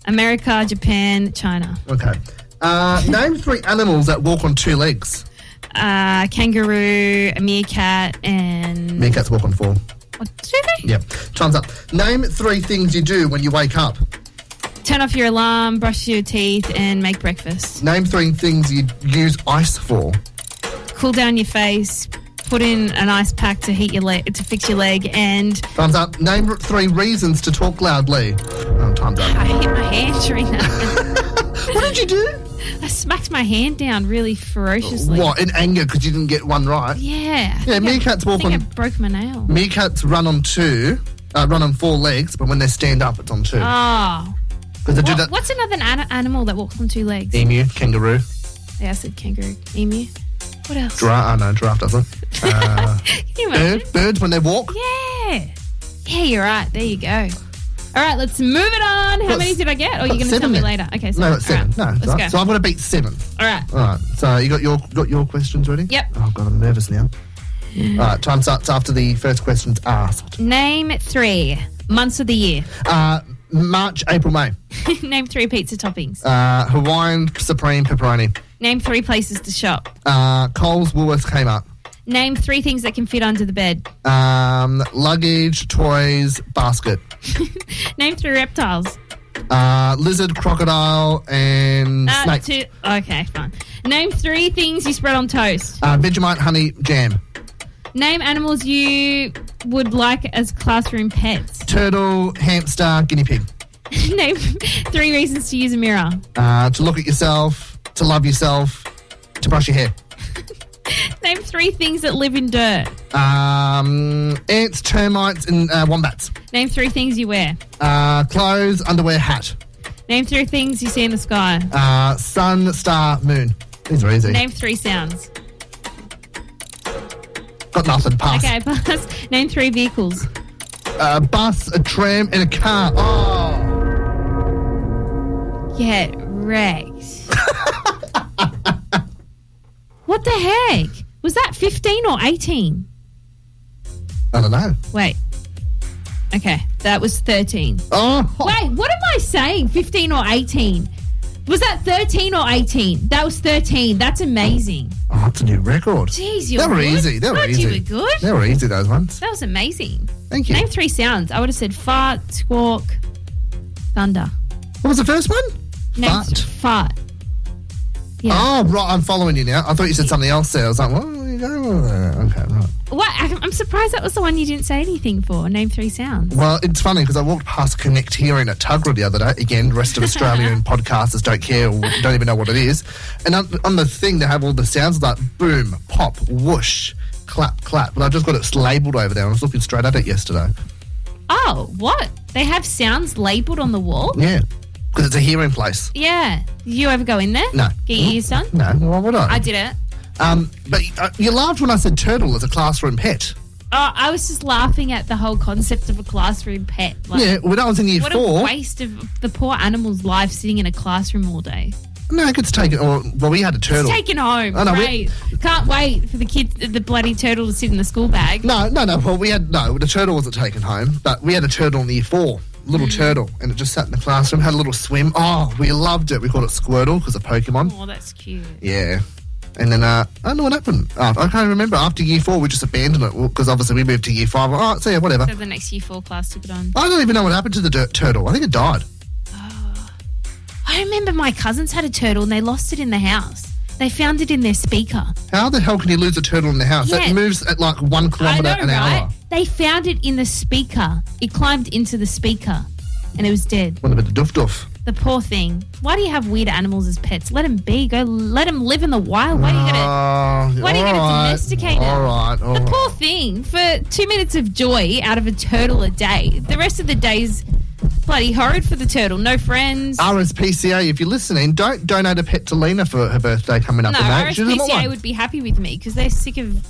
Speaker 5: America, Japan, China.
Speaker 12: Okay. Uh, name three animals that walk on two legs.
Speaker 5: Uh, kangaroo, a meerkat, and
Speaker 12: Meerkats walk on four.
Speaker 5: what did you say?
Speaker 12: Yep. Time's up. Name three things you do when you wake up.
Speaker 5: Turn off your alarm, brush your teeth, and make breakfast.
Speaker 12: Name three things you use ice for.
Speaker 5: Cool down your face. Put in an ice pack to heat your leg to fix your leg, and
Speaker 12: Time's up. Name r- three reasons to talk loudly. Oh, time's up.
Speaker 5: I hit my hand during that.
Speaker 12: what did you do?
Speaker 5: I smacked my hand down really ferociously.
Speaker 12: What? In anger because you didn't get one right.
Speaker 5: Yeah.
Speaker 12: Yeah, meerkats walk
Speaker 5: I think
Speaker 12: on- Mm.
Speaker 5: I broke my nail.
Speaker 12: Meerkats run on two, uh, run on four legs, but when they stand up, it's on two.
Speaker 5: Oh.
Speaker 12: Because they do
Speaker 5: What-
Speaker 12: that.
Speaker 5: What's another an- animal that walks on two legs?
Speaker 12: Emu, kangaroo,
Speaker 5: Yeah, I said kangaroo. Emu. What else?
Speaker 12: giraffe. Oh no, giraffe doesn't. Uh,
Speaker 5: Can you imagine?
Speaker 12: bird, birds when they walk.
Speaker 5: Yeah. Yeah, you're right. There you go. All right, let's move it on. How
Speaker 12: Got
Speaker 5: many
Speaker 12: s-
Speaker 5: did I get? Or are you
Speaker 12: got
Speaker 5: going to
Speaker 12: seven
Speaker 5: Oh, tell me
Speaker 12: then.
Speaker 5: later? Okay, so
Speaker 12: no, that's seven.
Speaker 5: All right,
Speaker 12: No,
Speaker 5: let's
Speaker 12: right.
Speaker 5: go.
Speaker 12: so I'm gonna beat seven.
Speaker 5: All right.
Speaker 12: All right. So you got your got your questions ready?
Speaker 5: Yep.
Speaker 12: Oh god, I'm nervous now. All right. Time starts after the first question's asked.
Speaker 5: Name three months of the year.
Speaker 12: Uh, March, April, May.
Speaker 5: Name three pizza toppings.
Speaker 12: Uh, Hawaiian Supreme pepperoni.
Speaker 5: Name three places to shop.
Speaker 12: Uh, Coles, Woolworths, Kmart.
Speaker 5: Name three things that can fit under the bed.
Speaker 12: Um, luggage, toys, basket.
Speaker 5: Name three reptiles.
Speaker 12: Uh, lizard, crocodile, and
Speaker 5: Uh,
Speaker 12: snake.
Speaker 5: two. Okay, fine. Name three things you spread on toast.
Speaker 12: Uh, Vegemite, honey, jam.
Speaker 5: Name animals you would like as classroom pets.
Speaker 12: Turtle, hamster, guinea pig.
Speaker 5: Name three reasons to use a mirror.
Speaker 12: Uh, to look at yourself, to love yourself, to brush your hair.
Speaker 5: Name three things that live in dirt.
Speaker 12: Um, ants, termites, and uh, wombats.
Speaker 5: Name three things you wear.
Speaker 12: Uh, clothes, underwear, hat.
Speaker 5: Name three things you see in the sky.
Speaker 12: Uh, sun, star, moon. These are easy.
Speaker 5: Name three sounds.
Speaker 12: Got nothing. Pass.
Speaker 5: Okay, pass. Name three vehicles.
Speaker 12: A bus, a tram, and a car. Oh,
Speaker 5: Get wrecked. what the heck? Was that 15 or 18?
Speaker 12: I don't know.
Speaker 5: Wait. Okay, that was 13.
Speaker 12: Oh.
Speaker 5: Wait, what am I saying? 15 or 18? Was that 13 or 18? That was 13. That's amazing.
Speaker 12: Oh, that's a new record.
Speaker 5: Jeez, you
Speaker 12: They were
Speaker 5: good.
Speaker 12: easy. They were
Speaker 5: Aren't
Speaker 12: easy.
Speaker 5: you good?
Speaker 12: They were easy, those ones.
Speaker 5: That was amazing.
Speaker 12: Thank you.
Speaker 5: Name three sounds. I would have said fart, squawk, thunder.
Speaker 12: What was the first one?
Speaker 5: Name
Speaker 12: Fart.
Speaker 5: th- fart. Yeah.
Speaker 12: Oh, right. I'm following you now. I thought you said something else there. I was like, well, you go. Okay, right.
Speaker 5: What? I- I'm surprised that was the one you didn't say anything for. Name three sounds.
Speaker 12: Well, it's funny because I walked past Connect Hearing at Tugra the other day. Again, rest of Australia and podcasters don't care or don't even know what it is. And on, on the thing, they have all the sounds like boom, pop, whoosh, clap, clap. But I just got it labelled over there. I was looking straight at it yesterday.
Speaker 5: Oh, what? They have sounds labeled on the wall?
Speaker 12: Yeah. Because it's a hearing place.
Speaker 5: Yeah. You ever go in there?
Speaker 12: No. Mm-hmm.
Speaker 5: Get your ears done?
Speaker 12: No, why would I?
Speaker 5: I did it.
Speaker 12: Um, but uh, you laughed when I said turtle as a classroom pet.
Speaker 5: Oh, I was just laughing at the whole concept of a classroom pet.
Speaker 12: Yeah, when I was in year
Speaker 5: what
Speaker 12: four-
Speaker 5: a waste of the poor animal's life sitting in a classroom all day.
Speaker 12: No, it gets taken. Or, well, we had a turtle.
Speaker 5: It's taken home.
Speaker 12: I know, we-
Speaker 5: Great. Can't wait for the kids, the bloody turtle to sit in the school bag.
Speaker 12: No, no, no. Well, we had no. The turtle wasn't taken home, but we had a turtle in year four, little
Speaker 5: Mm.
Speaker 12: turtle, and it just sat in the classroom, had a little swim. Oh, we loved it. We called it Squirtle because of Pokemon.
Speaker 5: Oh, that's cute.
Speaker 12: Yeah. And then uh, I don't know what happened. Uh, I can't remember. After year four, we just abandoned it because obviously we moved to year five. Oh, so yeah, whatever.
Speaker 5: So the next year four class took it on.
Speaker 12: I don't even know what happened to the dirt turtle. I think it died.
Speaker 5: I remember my cousins had a turtle and they lost it in the house. They found it in their speaker.
Speaker 12: How the hell can you lose a turtle in the house? It
Speaker 5: Yeah.
Speaker 12: moves at like one kilometer an hour.
Speaker 5: They found it in the speaker. It climbed into the speaker and it was dead.
Speaker 12: What about the duff duff?
Speaker 5: The poor thing. Why do you have weird animals as pets? Let them be. Go let them live in the wild. Why are you gonna
Speaker 12: Oh,
Speaker 5: why are you
Speaker 12: all
Speaker 5: gonna
Speaker 12: right,
Speaker 5: domesticate it?
Speaker 12: All right, all
Speaker 5: the
Speaker 12: right.
Speaker 5: poor thing for two minutes of joy out of a turtle a day. The rest of the days Bloody horrid for the turtle. No friends.
Speaker 12: Ah, RSPCA, if you're listening, don't donate a pet to Lena for her birthday coming
Speaker 5: No,
Speaker 12: up. in May. She doesn't want
Speaker 5: RSPCA
Speaker 12: one.
Speaker 5: would be happy with me because they're sick of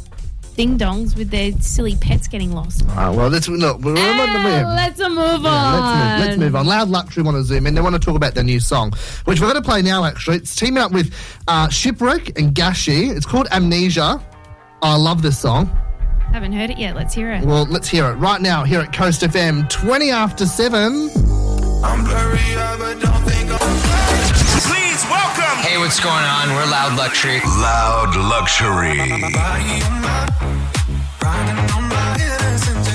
Speaker 5: ding dongs with their silly pets getting lost.
Speaker 12: Oh, well, let's look. We're all on the
Speaker 5: Ah,
Speaker 12: move.
Speaker 5: let's move on.
Speaker 12: Yeah, let's move, let's move on. Loud Luxury want to zoom in. They want to talk about their new song, which we're going to play now, actually. It's teaming up with uh, Shipwreck and Gashi. It's called Amnesia. I love this song.
Speaker 5: Haven't heard it yet. Let's hear it.
Speaker 12: Well, let's hear it right now here at Coast FM, 20 after 7.
Speaker 6: Please welcome. Hey, what's going on? We're Loud Luxury.
Speaker 2: Loud Luxury.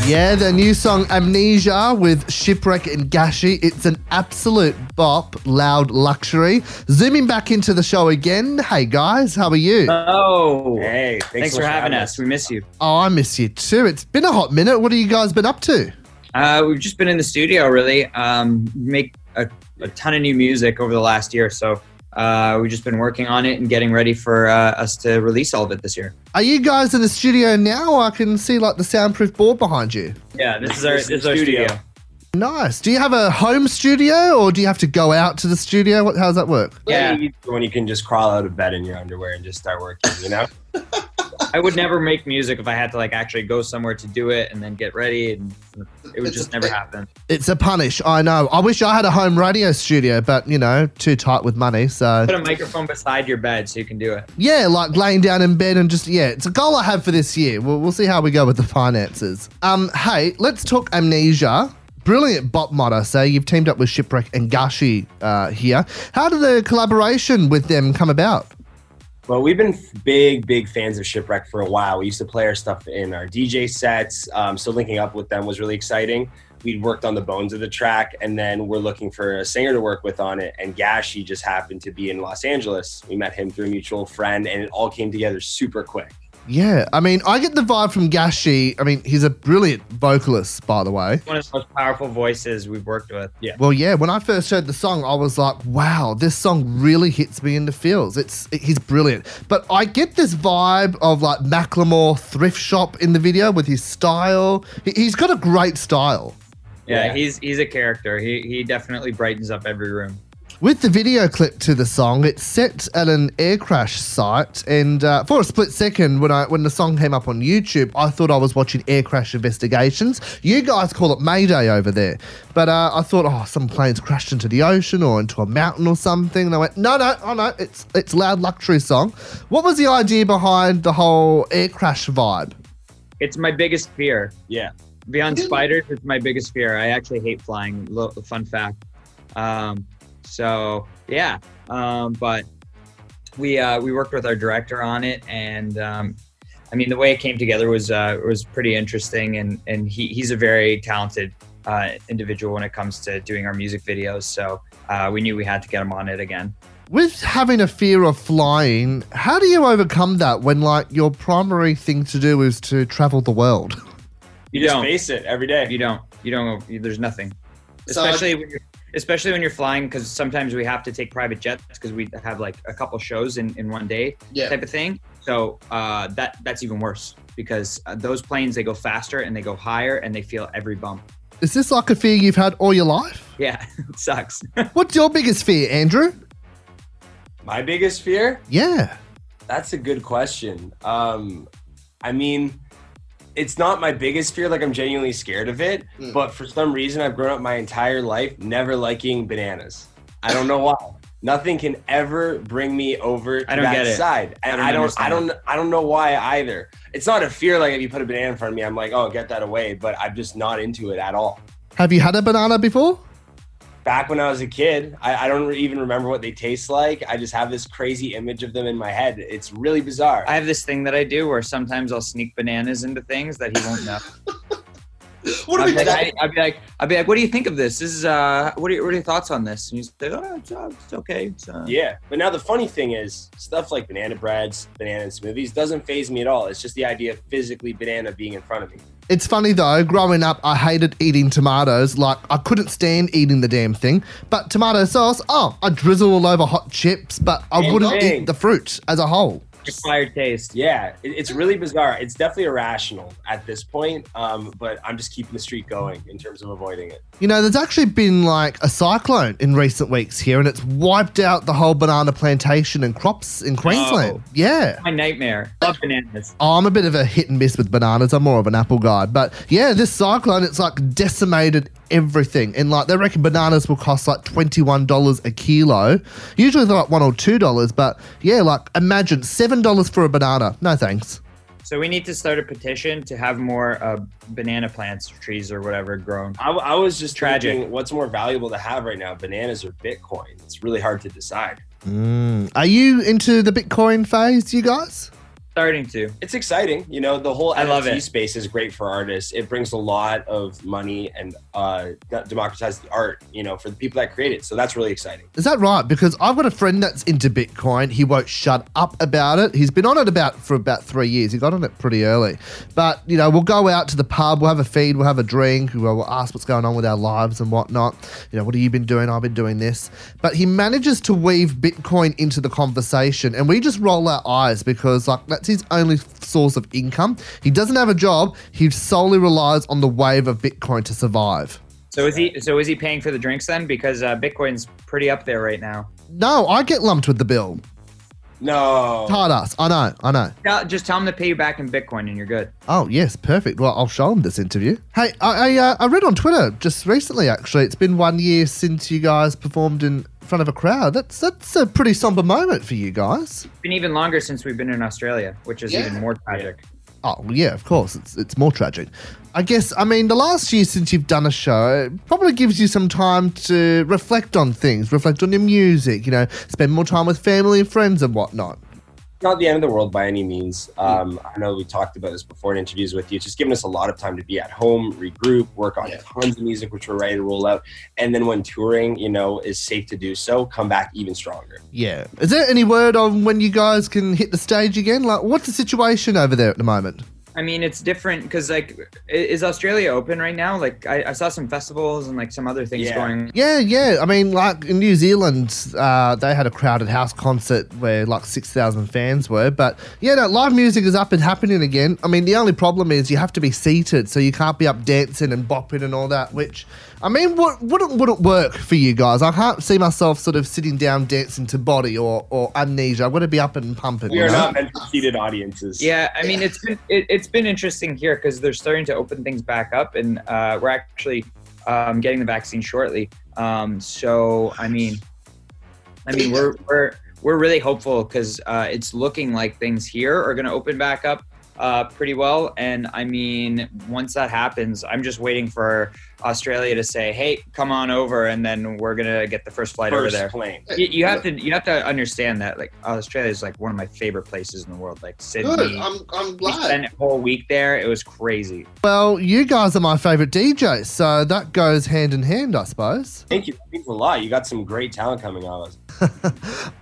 Speaker 12: Yeah, their new song Amnesia with Shipwreck and Gashi. It's an absolute bop, loud luxury. Zooming back into the show again. Hey guys, how are you?
Speaker 14: Oh, hey, thanks,
Speaker 12: so
Speaker 14: for
Speaker 12: much for
Speaker 14: having
Speaker 12: having
Speaker 14: us. We miss you.
Speaker 12: Oh, I miss you too. It's been a hot minute. What have you guys been up to?
Speaker 14: Uh, we've just been in the studio, really. Um, make a, a ton of new music over the last year, so uh, we've just been working on it and getting ready for uh, us to release all of it this year.
Speaker 12: Are you guys in the studio now? I can see like the soundproof board behind you.
Speaker 14: Yeah, this is our this is our studio.
Speaker 12: Nice. Do you have a home studio or do you have to go out to the studio? What, how does that work?
Speaker 7: Yeah. When you can just crawl out of bed in your underwear and just start working, you know?
Speaker 14: I would never make music if I had to like actually go somewhere to do it and then get ready, and it would just never happen.
Speaker 12: It's a punish. I know. I wish I had a home radio studio, but you know, too tight with money. So
Speaker 14: Put a microphone beside your bed so you can do it.
Speaker 12: Yeah, like laying down in bed and just yeah, it's a goal I have for this year. We'll, we'll see how we go with the finances. Um, hey, let's talk amnesia. Brilliant bop mod, I say. You've teamed up with Shipwreck and Gashi uh, here. How did the collaboration with them come about?
Speaker 7: Well, we've been f- big, big fans of Shipwreck for a while. We used to play our stuff in our DJ sets, um, so linking up with them was really exciting. We'd worked on the bones of the track, and then we're looking for a singer to work with on it. And Gashi just happened to be in Los Angeles. We met him through a mutual friend, and it all came together super quick.
Speaker 12: Yeah, I mean, I get the vibe from Gashi. I mean, he's a brilliant vocalist, by the way.
Speaker 14: One of the most powerful voices we've worked with. Yeah.
Speaker 12: Well, yeah, when I first heard the song, I was like, wow, this song really hits me in the feels. It's it, he's brilliant. But I get this vibe of like Macklemore thrift shop in the video with his style. He, he's got a great style.
Speaker 14: Yeah, he's he's a character. He he definitely brightens up every room.
Speaker 12: With the video clip to the song, it's set at an air crash site, and uh, for a split second, when I when the song came up on YouTube, I thought I was watching air crash investigations. You guys call it Mayday over there, but uh, I thought, oh, some planes crashed into the ocean or into a mountain or something. And I went, no, no, oh no, it's it's loud luxury song. What was the idea behind the whole air crash vibe?
Speaker 14: It's my biggest fear.
Speaker 7: Yeah.
Speaker 14: Beyond spiders, it's my biggest fear. I actually hate flying. Lo- Fun fact. Um, so yeah, um, but we uh, we worked with our director on it, and um, I mean the way it came together was uh, was pretty interesting, and and he, he's a very talented uh, individual when it comes to doing our music videos. So uh, we knew we had to get him on it again.
Speaker 12: With having a fear of flying, how do you overcome that when like your primary thing to do is to travel the world?
Speaker 14: You, don't face it every day. You don't. You don't. You, there's nothing.
Speaker 12: So-
Speaker 14: Especially when you're, especially when you're flying, because sometimes we have to take private jets because we have like a couple shows in, in one day,
Speaker 12: Yeah.
Speaker 14: type of thing. So uh, that that's even worse because uh, those planes they go faster and they go higher and they feel every bump.
Speaker 12: Is this like a fear you've had all your life?
Speaker 14: Yeah, it sucks.
Speaker 12: What's your biggest fear, Andrew?
Speaker 7: My biggest fear
Speaker 12: Yeah.
Speaker 7: That's a good question. Um, I mean, it's not my biggest fear. Like I'm genuinely scared of it, but for some reason, I've grown up my entire life never liking bananas. I don't know why. Nothing can ever bring me over to
Speaker 14: I don't
Speaker 7: that
Speaker 14: get it.
Speaker 7: side,
Speaker 14: I
Speaker 7: and
Speaker 14: don't
Speaker 7: I don't, I
Speaker 14: understand
Speaker 7: don't, I don't know why either. It's not a fear. Like if you put a banana in front of me, I'm like, oh, get that away. But I'm just not into it at all.
Speaker 12: Have you had a banana before?
Speaker 7: Back when I was a kid, I, I don't even remember what they taste like. I just have this crazy image of them in my head. It's really bizarre.
Speaker 14: I have this thing that I do where sometimes I'll sneak bananas into things that he won't know.
Speaker 12: What
Speaker 14: I'll be, like, I, I'll be like, I'll be like, what do you think of this? This is uh, what are, your- what are your thoughts on this? And he's like, oh, it's, uh, it's okay. It's, uh,
Speaker 7: Yeah, but now the funny thing is, stuff like banana breads, banana smoothies doesn't phase me at all. It's just the idea of physically banana being in front of me.
Speaker 12: It's funny though, growing up, I hated eating tomatoes. Like, I couldn't stand eating the damn thing. But tomato sauce, oh, I drizzle all over hot chips, but I
Speaker 7: Same
Speaker 12: wouldn't
Speaker 7: thing.
Speaker 12: eat the fruit as a whole.
Speaker 14: acquired taste.
Speaker 7: Yeah, it, it's really bizarre. It's definitely irrational at this point, um, but I'm just keeping the streak going in terms of avoiding it.
Speaker 12: You know, there's actually been like a cyclone in recent weeks here, and it's wiped out the whole banana plantation and crops in Queensland.
Speaker 14: Oh.
Speaker 12: Yeah.
Speaker 14: My nightmare. Love bananas.
Speaker 12: Oh, I'm a bit of a hit and miss with bananas. I'm more of an apple guy. But yeah, this cyclone, it's like decimated everything. And like, they reckon bananas will cost like $21 a kilo. Usually they're like one or $2. But yeah, like, imagine $7 for a banana. No thanks.
Speaker 14: So we need to start a petition to have more uh, banana plants, or trees, or whatever grown.
Speaker 7: I, I was just
Speaker 14: Tragic.
Speaker 7: thinking, what's more valuable to have right now, bananas or Bitcoin? It's really hard to decide.
Speaker 12: Mm. Are you into the Bitcoin phase, you guys?
Speaker 14: Starting to.
Speaker 7: It's exciting, you know. The whole
Speaker 14: I
Speaker 7: NFT
Speaker 14: love it.
Speaker 7: space is great for artists. It brings a lot of money and uh, democratizes the art, you know, for the people that create it. So that's really exciting.
Speaker 12: Is that right? Because I've got a friend that's into Bitcoin. He won't shut up about it. He's been on it about for about three years. He got on it pretty early. But you know, we'll go out to the pub. We'll have a feed. We'll have a drink. We'll, we'll ask what's going on with our lives and whatnot. You know, what have you been doing? I've been doing this. But he manages to weave Bitcoin into the conversation, and we just roll our eyes because like that's his only source of income. He doesn't have a job. He solely relies on the wave of Bitcoin to survive.
Speaker 14: So is he? So is he paying for the drinks then? Because uh, Bitcoin's pretty up there right now.
Speaker 12: No, I get lumped with the bill.
Speaker 7: No.
Speaker 12: Hard ass. I know. I know.
Speaker 14: Tell- Just tell him to pay you back in Bitcoin, and you're good.
Speaker 12: Oh yes, perfect. Well, I'll show them this interview. Hey, I I, uh, I read on Twitter just recently. Actually, it's been one year since you guys performed in front of a crowd. That's that's a pretty somber moment for you guys.
Speaker 14: It's been even longer since we've been in Australia, which is even more tragic.
Speaker 12: Oh well, yeah, of course. It's it's more tragic. I guess. I mean, the last year since you've done a show probably gives you some time to reflect on things, reflect on your music. You know, spend more time with family and friends and whatnot.
Speaker 7: not the end of the world by any means.
Speaker 14: Hmm.
Speaker 7: Um, I know we talked about this before in interviews with you. It's just given us a lot of time to be at home, regroup, work on tons of music, which we're ready to roll out. And then when touring, you know, is safe to do so, come back even stronger.
Speaker 12: Yeah. Is there any word on when you guys can hit the stage again? Like, what's the situation over there at the moment?
Speaker 14: I mean, it's different because like, i- is Australia open right now? Like, I, I saw some festivals and like some other things going.
Speaker 12: Yeah, yeah. I mean, like in New Zealand, uh, they had a crowded house concert where like 6,000 fans were. But yeah, no, live music is up and happening again. I mean, the only problem is you have to be seated, so you can't be up dancing and bopping and all that, which, I mean, what, wouldn't, wouldn't work for you guys. I can't see myself sort of sitting down dancing to body or, or amnesia. I've got to be up and pumping.
Speaker 7: We
Speaker 12: you
Speaker 7: are
Speaker 12: know?
Speaker 7: not meant for seated audiences.
Speaker 14: Yeah, I mean, it's been it, it's been interesting here because they're starting to open things back up, and uh, we're actually um, getting the vaccine shortly. Um, so, I mean, I mean, we're we're we're really hopeful because uh, it's looking like things here are going to open back up uh, pretty well. And I mean, once that happens, I'm just waiting for Australia to say, "Hey, come on over," and then we're gonna get the first flight over
Speaker 7: First
Speaker 14: there.
Speaker 7: plane.
Speaker 14: You, you have to you have to understand that like Australia is like one of my favorite places in the world. Like Sydney,
Speaker 12: Good. I'm, I'm
Speaker 14: we spent a whole week there. It was crazy.
Speaker 12: Well, you guys are my favorite DJs, so that goes hand in hand, I suppose.
Speaker 7: Thank you. That means a lot. You got some great talent coming out of us.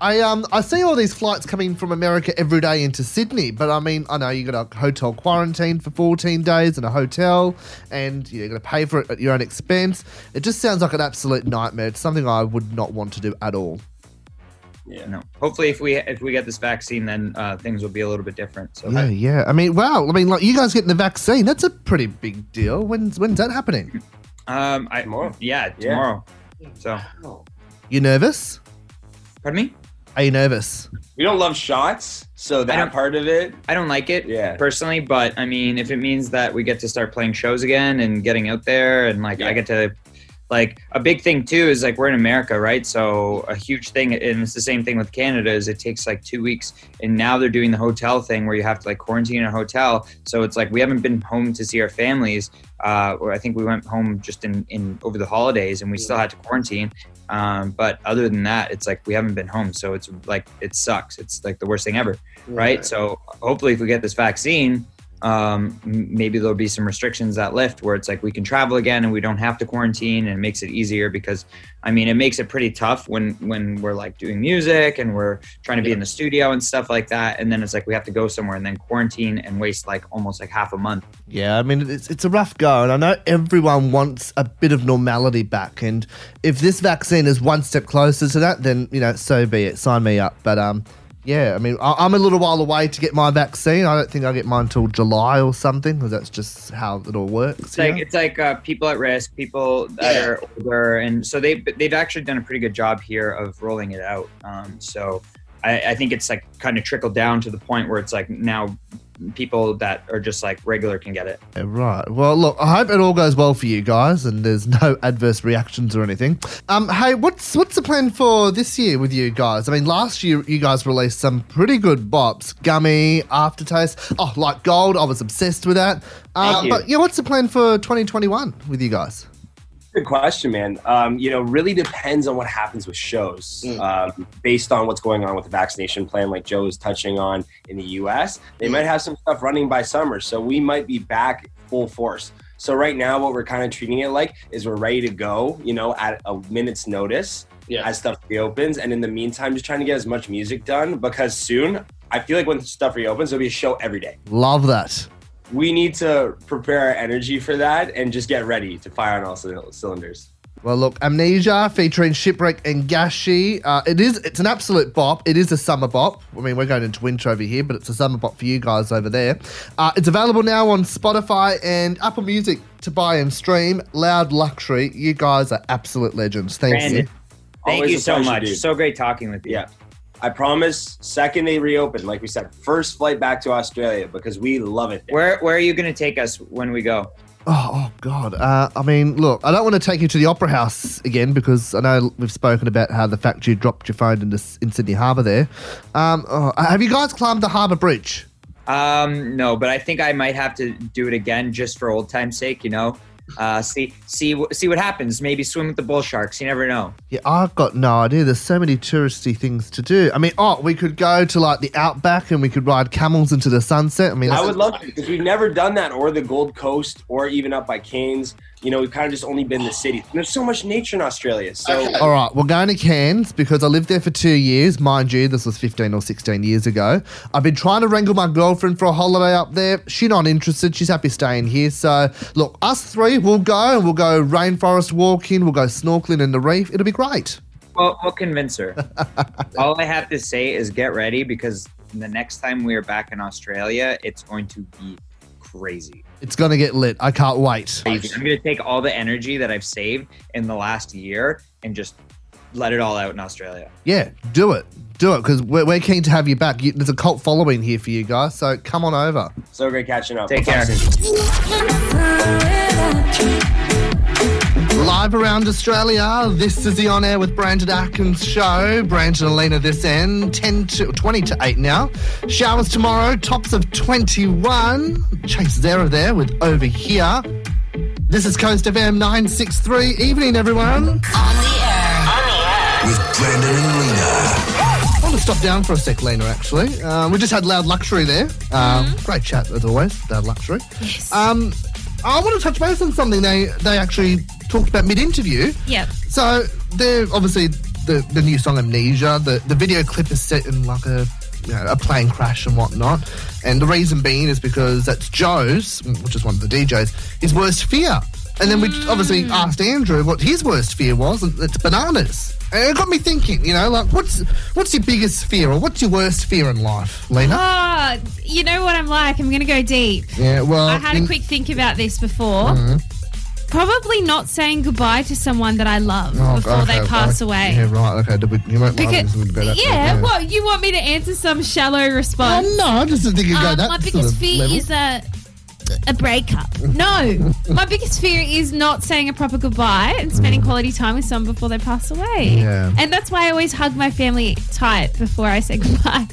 Speaker 12: I um I see all these flights coming from America every day into Sydney, but I mean I know you got a hotel quarantine for 14 days and a hotel, and you're gonna pay for it at your own expense. It just sounds like an absolute nightmare. It's something I would not want to do at all.
Speaker 7: Yeah.
Speaker 14: No. Hopefully, if we if we get this vaccine, then uh, things will be a little bit different. So
Speaker 12: Yeah, yeah. I mean, wow. I mean, like you guys getting the vaccine, that's a pretty big deal. When's when's that happening?
Speaker 14: Um, I, tomorrow. Yeah,
Speaker 12: Yeah.
Speaker 14: tomorrow. So,
Speaker 12: You nervous?
Speaker 14: pardon me.
Speaker 12: Are you nervous?
Speaker 7: We don't love shots, so that part of it.
Speaker 14: I don't like it
Speaker 7: Yeah.
Speaker 14: personally, but I mean, if it means that we get to start playing shows again and getting out there, and like I get to, like a big thing too is like we're in America, right? So a huge thing, and it's the same thing with Canada, is it takes like two weeks, and now they're doing the hotel thing where you have to like quarantine in a hotel. So it's like we haven't been home to see our families. Uh, or I think we went home just in in over the holidays, and we still had to quarantine. Um, but other than that, it's like we haven't been home, so it's like it sucks. It's like the worst thing ever right? So hopefully, if we get this vaccine, um, m- maybe there'll be some restrictions that lift where it's like we can travel again and we don't have to quarantine, and it makes it easier because, I mean, it makes it pretty tough when when we're like doing music and we're trying to be in the studio and stuff like that, and then it's like we have to go somewhere and then quarantine and waste like almost like half a month.
Speaker 12: Yeah, I mean, it's, it's a rough go, and I know everyone wants a bit of normality back. And if this vaccine is one step closer to that, then, you know, so be it. Sign me up. But, um, Yeah, I mean, I, I'm a little while away to get my vaccine. I don't think I'll get mine until July or something because that's just how it all works.
Speaker 14: It's
Speaker 12: you
Speaker 14: like
Speaker 12: know?
Speaker 14: it's like uh, people at risk, people that are older, and so they they've actually done a pretty good job here of rolling it out. Um, so I, I think it's like kind of trickled down to the point where it's like now people that are just like regular can get it.
Speaker 12: Yeah, right. Well, look, I hope it all goes well for you guys and there's no adverse reactions or anything. Um, hey, what's what's the plan for this year with you guys? I mean, last year you guys released some pretty good bops, gummy, aftertaste. Oh, like gold, I was obsessed with that. Um,
Speaker 7: Thank you.
Speaker 12: But yeah, what's the plan for 2021 with you guys?
Speaker 7: Good question, man. Um, you know, really depends on what happens with shows, um, based on what's going on with the vaccination plan, like Joe was touching on in the U.S. They might have some stuff running by summer, so we might be back full force. So right now, what we're kind of treating it like is we're ready to go, you know, at a minute's notice as stuff reopens, and in the meantime, just trying to get as much music done because soon, I feel like when stuff reopens, there'll be a show every day
Speaker 12: Love that.
Speaker 7: we need to prepare our energy for that and just get ready to fire on all cyl- cylinders.
Speaker 12: Well, look, Amnesia featuring Shipwreck and Gashi. Uh, it is, it's an absolute bop. It is a summer bop. I mean, we're going into winter over here, but it's a summer bop for you guys over there. Uh, it's available now on Spotify and Apple Music to buy and stream. Loud Luxury. You guys are absolute legends. Thank
Speaker 14: Brandon,
Speaker 12: you.
Speaker 14: thank
Speaker 7: Always
Speaker 14: you
Speaker 7: a
Speaker 14: so
Speaker 7: pleasure,
Speaker 14: much.
Speaker 7: dude.
Speaker 14: So great talking with you.
Speaker 7: Yeah. I promise, second they reopen, like we said, first flight back to Australia because we love it.
Speaker 14: Where where are you going to take us when we go?
Speaker 12: Oh, oh God. Uh, I mean, look, I don't want to take you to the Opera House again because I know we've spoken about how the fact you dropped your phone in, the, in Sydney Harbour there. Um, oh, have you guys climbed the Harbour Bridge?
Speaker 14: Um, no, but I think I might have to do it again just for old time's sake. You know, uh, see see wh- see what happens. Maybe swim with the bull sharks. You never know.
Speaker 12: Yeah, I've got no idea. There's so many touristy things to do. I mean, oh, we could go to like the outback and we could ride camels into the sunset. I mean,
Speaker 7: I
Speaker 12: that's-
Speaker 7: would love to because we've never done that or the Gold Coast or even up by Cairns. You know, we've kind of just only been the city. And there's so much nature in Australia. So
Speaker 12: All right, we're going to Cairns because I lived there for two years. Mind you, this was 15 or 16 years ago. I've been trying to wrangle my girlfriend for a holiday up there. She's not interested. She's happy staying here. So, look, us three, we'll go and we'll go rainforest walking, we'll go snorkeling in the reef. It'll be great.
Speaker 14: Well, we'll convince her. All I have to say is get ready because the next time we are back in Australia, it's going to be crazy.
Speaker 12: It's going to get lit. I can't wait.
Speaker 14: I'm going to take all the energy that I've saved in the last year and just let it all out in Australia.
Speaker 12: Yeah, do it. Do it because we're, we're keen to have you back. You, there's a cult following here for you guys, so come on over.
Speaker 7: so great catching up.
Speaker 12: Take care. Live around Australia, this is the On Air with Brandon Atkins show. Brandon and Lena this end, 10 to 20 to 8 now. Showers tomorrow, tops of 21. Chase Zara there with Over Here. This is Coast FM 963. Evening, everyone.
Speaker 2: With Brandon and Lena.
Speaker 12: I want to stop down for a sec, Lena, actually. Uh, we just had Loud Luxury there. Um, Great chat, as always, Loud Luxury. Yes. Um, I want to touch base on something they, they actually talked about mid interview.
Speaker 5: Yep.
Speaker 12: So they're obviously the, the new song Amnesia. The the video clip is set in like a you know, a plane crash and whatnot. And the reason being is because that's Joe's, which is one of the DJs, his worst fear. And then we obviously
Speaker 5: Hmm.
Speaker 12: asked Andrew what his worst fear was, and it's bananas. And it got me thinking, you know, like what's what's your biggest fear or what's your worst fear in life, Lena?
Speaker 5: Oh, you know what I'm like. I'm going to go deep.
Speaker 12: Yeah, well,
Speaker 5: I had a
Speaker 12: in-
Speaker 5: quick think about this before.
Speaker 12: Mhm.
Speaker 5: Probably not saying goodbye to someone that I love
Speaker 12: Oh,
Speaker 5: before
Speaker 12: okay,
Speaker 5: they pass
Speaker 12: okay.
Speaker 5: away.
Speaker 12: Yeah, right. Okay, did we, you won't like
Speaker 5: Because-
Speaker 12: this about that.
Speaker 5: yeah, well, you want me to answer some shallow response? Um,
Speaker 12: Oh, no, I just didn't think you'd go that
Speaker 5: Uh, My
Speaker 12: sort
Speaker 5: biggest
Speaker 12: of
Speaker 5: fear
Speaker 12: level.
Speaker 5: is a a breakup. No, my biggest fear is not saying a proper goodbye and spending quality time with someone before they pass away.
Speaker 12: Mm. Yeah.
Speaker 5: And that's why I always hug my family tight before I say goodbye.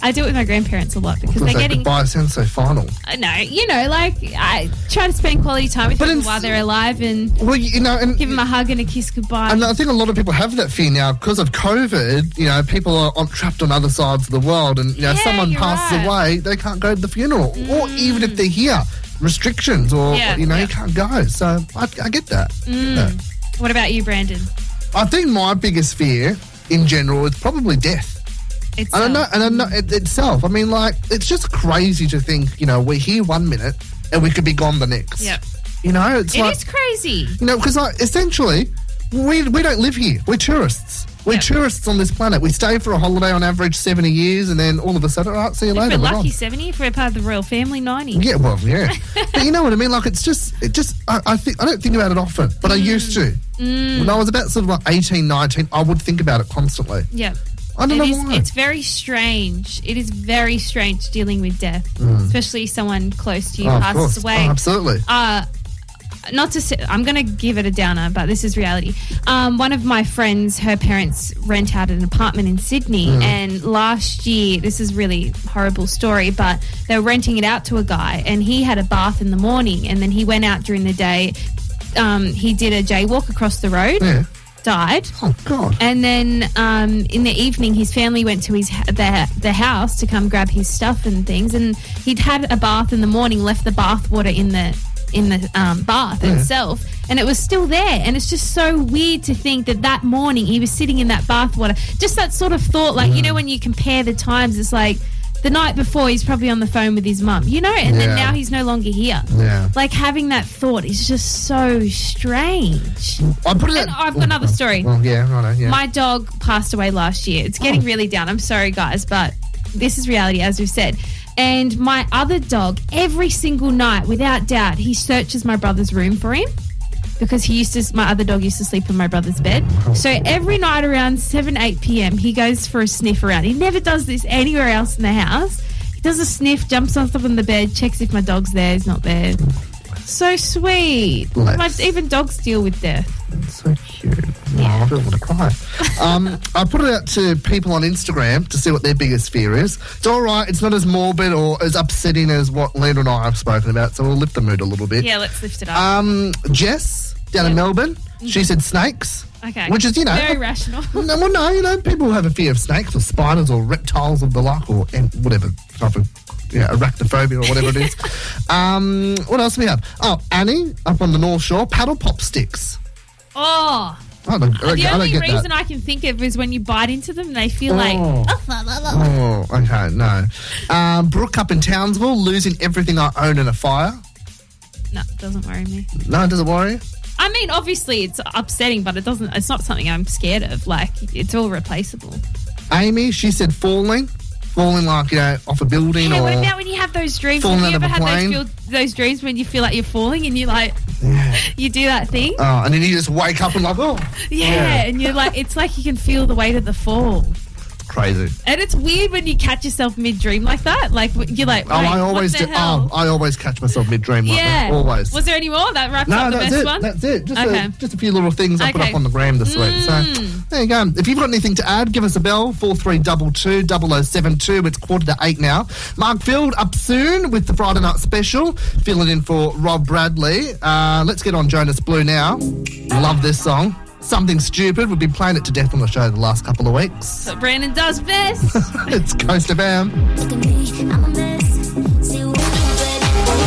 Speaker 5: I do it with my grandparents a lot because they're
Speaker 12: that
Speaker 5: getting
Speaker 12: goodbye sounds so final.
Speaker 5: I know, you know, like I try to spend quality time with people while they're alive and
Speaker 12: well, you know, and
Speaker 5: give them a hug and a kiss goodbye.
Speaker 12: And uh, I think a lot of people have that fear now because of COVID. You know, people are on, trapped on other sides of the world, and you know,
Speaker 5: Yeah,
Speaker 12: someone
Speaker 5: you're
Speaker 12: passes
Speaker 5: right. Mm.
Speaker 12: away, they can't go to the funeral, or even if they're here, restrictions, or
Speaker 5: Yeah,
Speaker 12: you know, you can't go. So I, I get that.
Speaker 5: Mm.
Speaker 12: Yeah.
Speaker 5: What about you, Brandon?
Speaker 12: I think my biggest fear in general is probably death.
Speaker 5: It's uh,
Speaker 12: And I know, and I know it, itself. I mean, like it's just crazy to think. You know, we're here one minute and we could be gone the next.
Speaker 5: Yep.
Speaker 12: You know, it's
Speaker 5: It
Speaker 12: like
Speaker 5: is crazy.
Speaker 12: You know, because like, essentially, we, we don't live here. We're tourists. We're tourists on this planet. We stay for a holiday on average 70 years, and then all of a sudden, all right, see you
Speaker 5: If
Speaker 12: later.
Speaker 5: we're
Speaker 12: we're
Speaker 5: lucky,
Speaker 12: on.
Speaker 5: 70. If we're part of the royal family, 90.
Speaker 12: Yeah, well, yeah. but you know what I mean? Like, it's just, it just, I, I think, I don't think about it often, but I used to.
Speaker 5: Mm.
Speaker 12: When I was about sort of like 18, 19, I would think about it constantly.
Speaker 5: Yeah.
Speaker 12: I don't
Speaker 5: It
Speaker 12: know
Speaker 5: is-
Speaker 12: why.
Speaker 5: It's very strange. It is very strange dealing with death,
Speaker 12: Mm.
Speaker 5: especially someone close to you
Speaker 12: Oh, of course.
Speaker 5: passes away.
Speaker 12: Oh, absolutely.
Speaker 5: Uh, not to say, I'm going to give it a downer, but this is reality. Um, one of my friends, her parents rent out an apartment in Sydney,
Speaker 10: Mm.
Speaker 5: and last year, this is really horrible story, but they were renting it out to a guy, and he had a bath in the morning, and then he went out during the day. Um, he did a jaywalk across the road
Speaker 12: Yeah.
Speaker 5: died.
Speaker 12: Oh God!
Speaker 5: And then um, in the evening, his family went to his the, the house to come grab his stuff and things. And he'd had a bath in the morning, left the bath water in the in the um, bath
Speaker 10: Yeah.
Speaker 5: itself, and it was still there. And it's just so weird to think that that morning he was sitting in that bath water. Just that sort of thought, like you know, when you compare the times, it's like. The night before, he's probably on the phone with his mum, you know, and
Speaker 12: Yeah.
Speaker 5: then now he's no longer here.
Speaker 12: Yeah.
Speaker 5: Like having that thought is just so strange.
Speaker 12: I put it Oh,
Speaker 5: And I've got another story.
Speaker 12: Well, yeah, righto, yeah.
Speaker 5: My dog passed away last year. It's getting really down. I'm sorry, guys, but this is reality, as we've said. And my other dog, every single night, without doubt, he searches my brother's room for him because he used to. My other dog used to sleep in my brother's bed. So every night around seven, eight p.m., he goes for a sniff around. He never does this anywhere else in the house. He does a sniff, jumps on top of the bed, checks if my dog's there. He's not there. So sweet. My,
Speaker 12: Bless.
Speaker 5: even dogs deal with death.
Speaker 12: So cute. Oh, I don't want to cry. Um, I put it out to people on Instagram to see what their biggest fear is. It's all right. It's not as morbid or as upsetting as what Lena and I have spoken about, so we'll lift the mood a little bit.
Speaker 5: Yeah, let's lift it up.
Speaker 12: Um, Jess down in Melbourne, she said snakes.
Speaker 5: Mm-hmm. Okay.
Speaker 12: Which is, you know,
Speaker 5: very rational.
Speaker 12: No, well, no, you know, people have a fear of snakes or spiders or reptiles of the like or em- whatever type of yeah, arachnophobia or whatever it is. Um, what else do we have? Oh, Annie up on the North Shore, paddle pop sticks.
Speaker 5: Oh.
Speaker 12: I don't, I don't-
Speaker 5: the
Speaker 12: I don't
Speaker 5: only
Speaker 12: get
Speaker 5: reason
Speaker 12: that.
Speaker 5: I can think of is when you bite into them, they feel like.
Speaker 12: Oh.
Speaker 5: "Oh, la, la, la, la."
Speaker 12: Oh, okay, no. Um, Brooke up in Townsville, losing everything I own in a fire.
Speaker 5: No, it doesn't worry me.
Speaker 12: No, does it worry you?
Speaker 5: I mean, obviously it's upsetting, but it doesn't. It's not something I'm scared of. Like it's all replaceable.
Speaker 12: Amy, she said falling. Falling like, you know, off a building
Speaker 5: Hey,
Speaker 12: or...
Speaker 5: what about when you have those dreams?
Speaker 12: Falling
Speaker 5: Have you
Speaker 12: out
Speaker 5: ever
Speaker 12: of a
Speaker 5: had those,
Speaker 12: plane?
Speaker 5: feel, those dreams when you feel like you're falling and you like you do that thing?
Speaker 12: Oh, and then you just wake up and like, oh.
Speaker 5: Yeah, and you're like, it's like you can feel the weight of the fall,
Speaker 12: Crazy.
Speaker 5: and it's weird when you catch yourself mid dream like that. Like you're like,
Speaker 12: Oh,
Speaker 5: "Wait,
Speaker 12: I always
Speaker 5: what the
Speaker 12: do.
Speaker 5: hell?
Speaker 12: Oh, I always catch myself mid dream like
Speaker 5: yeah,
Speaker 12: that. Always.
Speaker 5: Was there any more? That wraps
Speaker 12: no,
Speaker 5: up the
Speaker 12: that's
Speaker 5: best
Speaker 12: it.
Speaker 5: one.
Speaker 12: That's it. Just,
Speaker 5: okay.
Speaker 12: a, just a few little things I put
Speaker 5: Okay. Mm.
Speaker 12: up on the gram this week. So there you go. If you've got anything to add, give us a bell. 4322 0072. It's quarter to eight now. Mark Field up soon with the Friday night special. Filling in for Rob Bradley. Uh, let's get on Jonas Blue now. Love this song. Something Stupid. We've been playing it to death on the show the last couple of weeks.
Speaker 5: So Brandon does best.
Speaker 12: it's Coast of Am.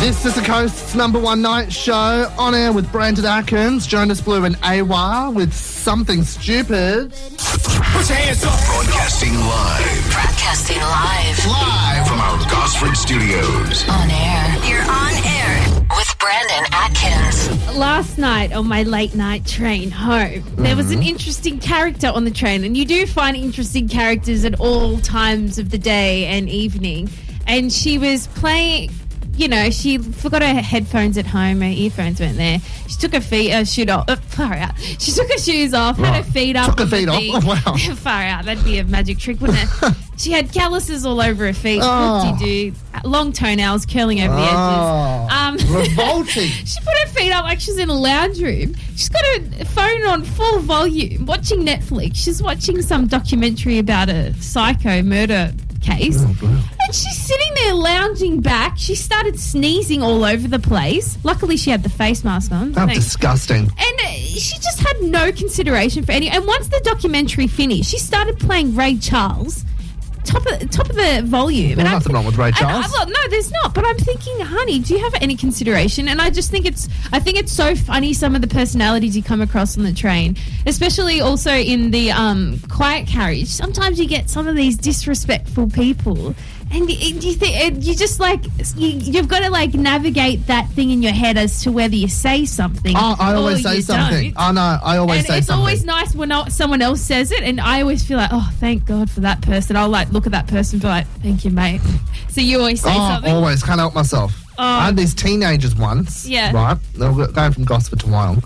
Speaker 12: This is the Coast's number one night show on air with Brandon Atkins, Jonas Blue, and AWA with Something Stupid.
Speaker 2: Put your hands up. Broadcasting live.
Speaker 1: Broadcasting live.
Speaker 2: Live from our Gosford studios.
Speaker 1: On air. You're on air with Brandon Atkins.
Speaker 5: Last night on my late night train home, there was an
Speaker 12: Mm-hmm.
Speaker 5: interesting character on the train, and you do find interesting characters at all times of the day and evening. And she was playing, you know, she forgot her headphones at home, her earphones weren't there. She took her feet, uh, shoot off, uh, far out. She took her shoes off, had her feet up.
Speaker 12: Took her
Speaker 5: on the
Speaker 12: feet off.
Speaker 5: thing.
Speaker 12: Oh, wow.
Speaker 5: far out. That'd be a magic trick, wouldn't it? she had calluses all over her feet.
Speaker 12: Oh.
Speaker 5: What do you do? Long toenails curling over
Speaker 12: Oh.
Speaker 5: the edges. Um,
Speaker 12: Revolting.
Speaker 5: She put her feet up like she's in a lounge room. She's got her phone on full volume, watching Netflix. She's watching some documentary about a psycho murder case.
Speaker 12: Oh,
Speaker 5: and she's sitting there lounging back. She started sneezing all over the place. Luckily, she had the face mask on.
Speaker 12: How
Speaker 5: Thanks.
Speaker 12: disgusting.
Speaker 5: And uh, she just had no consideration for any. And once the documentary finished, she started playing Ray Charles, top of top of the volume.
Speaker 12: Well,
Speaker 5: and I'm
Speaker 12: nothing wrong with Ray
Speaker 5: and I-
Speaker 12: Charles.
Speaker 5: well, no, there's not. But I'm thinking, honey, do you have any consideration? And I just think it's, I think it's so funny some of the personalities you come across on the train, especially also in the um, quiet carriage. Sometimes you get some of these disrespectful people And y- and you think and you just like you, you've got to like navigate that thing in your head as to whether you say something.
Speaker 12: Oh, I
Speaker 5: or
Speaker 12: always say
Speaker 5: you don't.
Speaker 12: something. I know. I always
Speaker 5: and
Speaker 12: say
Speaker 5: it's
Speaker 12: something.
Speaker 5: always nice when el- someone else says it, and I always feel like, oh, thank God for that person. I'll like look at that person, and be like, thank you, mate. So you always say
Speaker 12: oh,
Speaker 5: something.
Speaker 12: always can't help myself.
Speaker 5: Oh.
Speaker 12: I had these teenagers once,
Speaker 5: Yeah.
Speaker 12: right? They were going from Gosford to Wyong.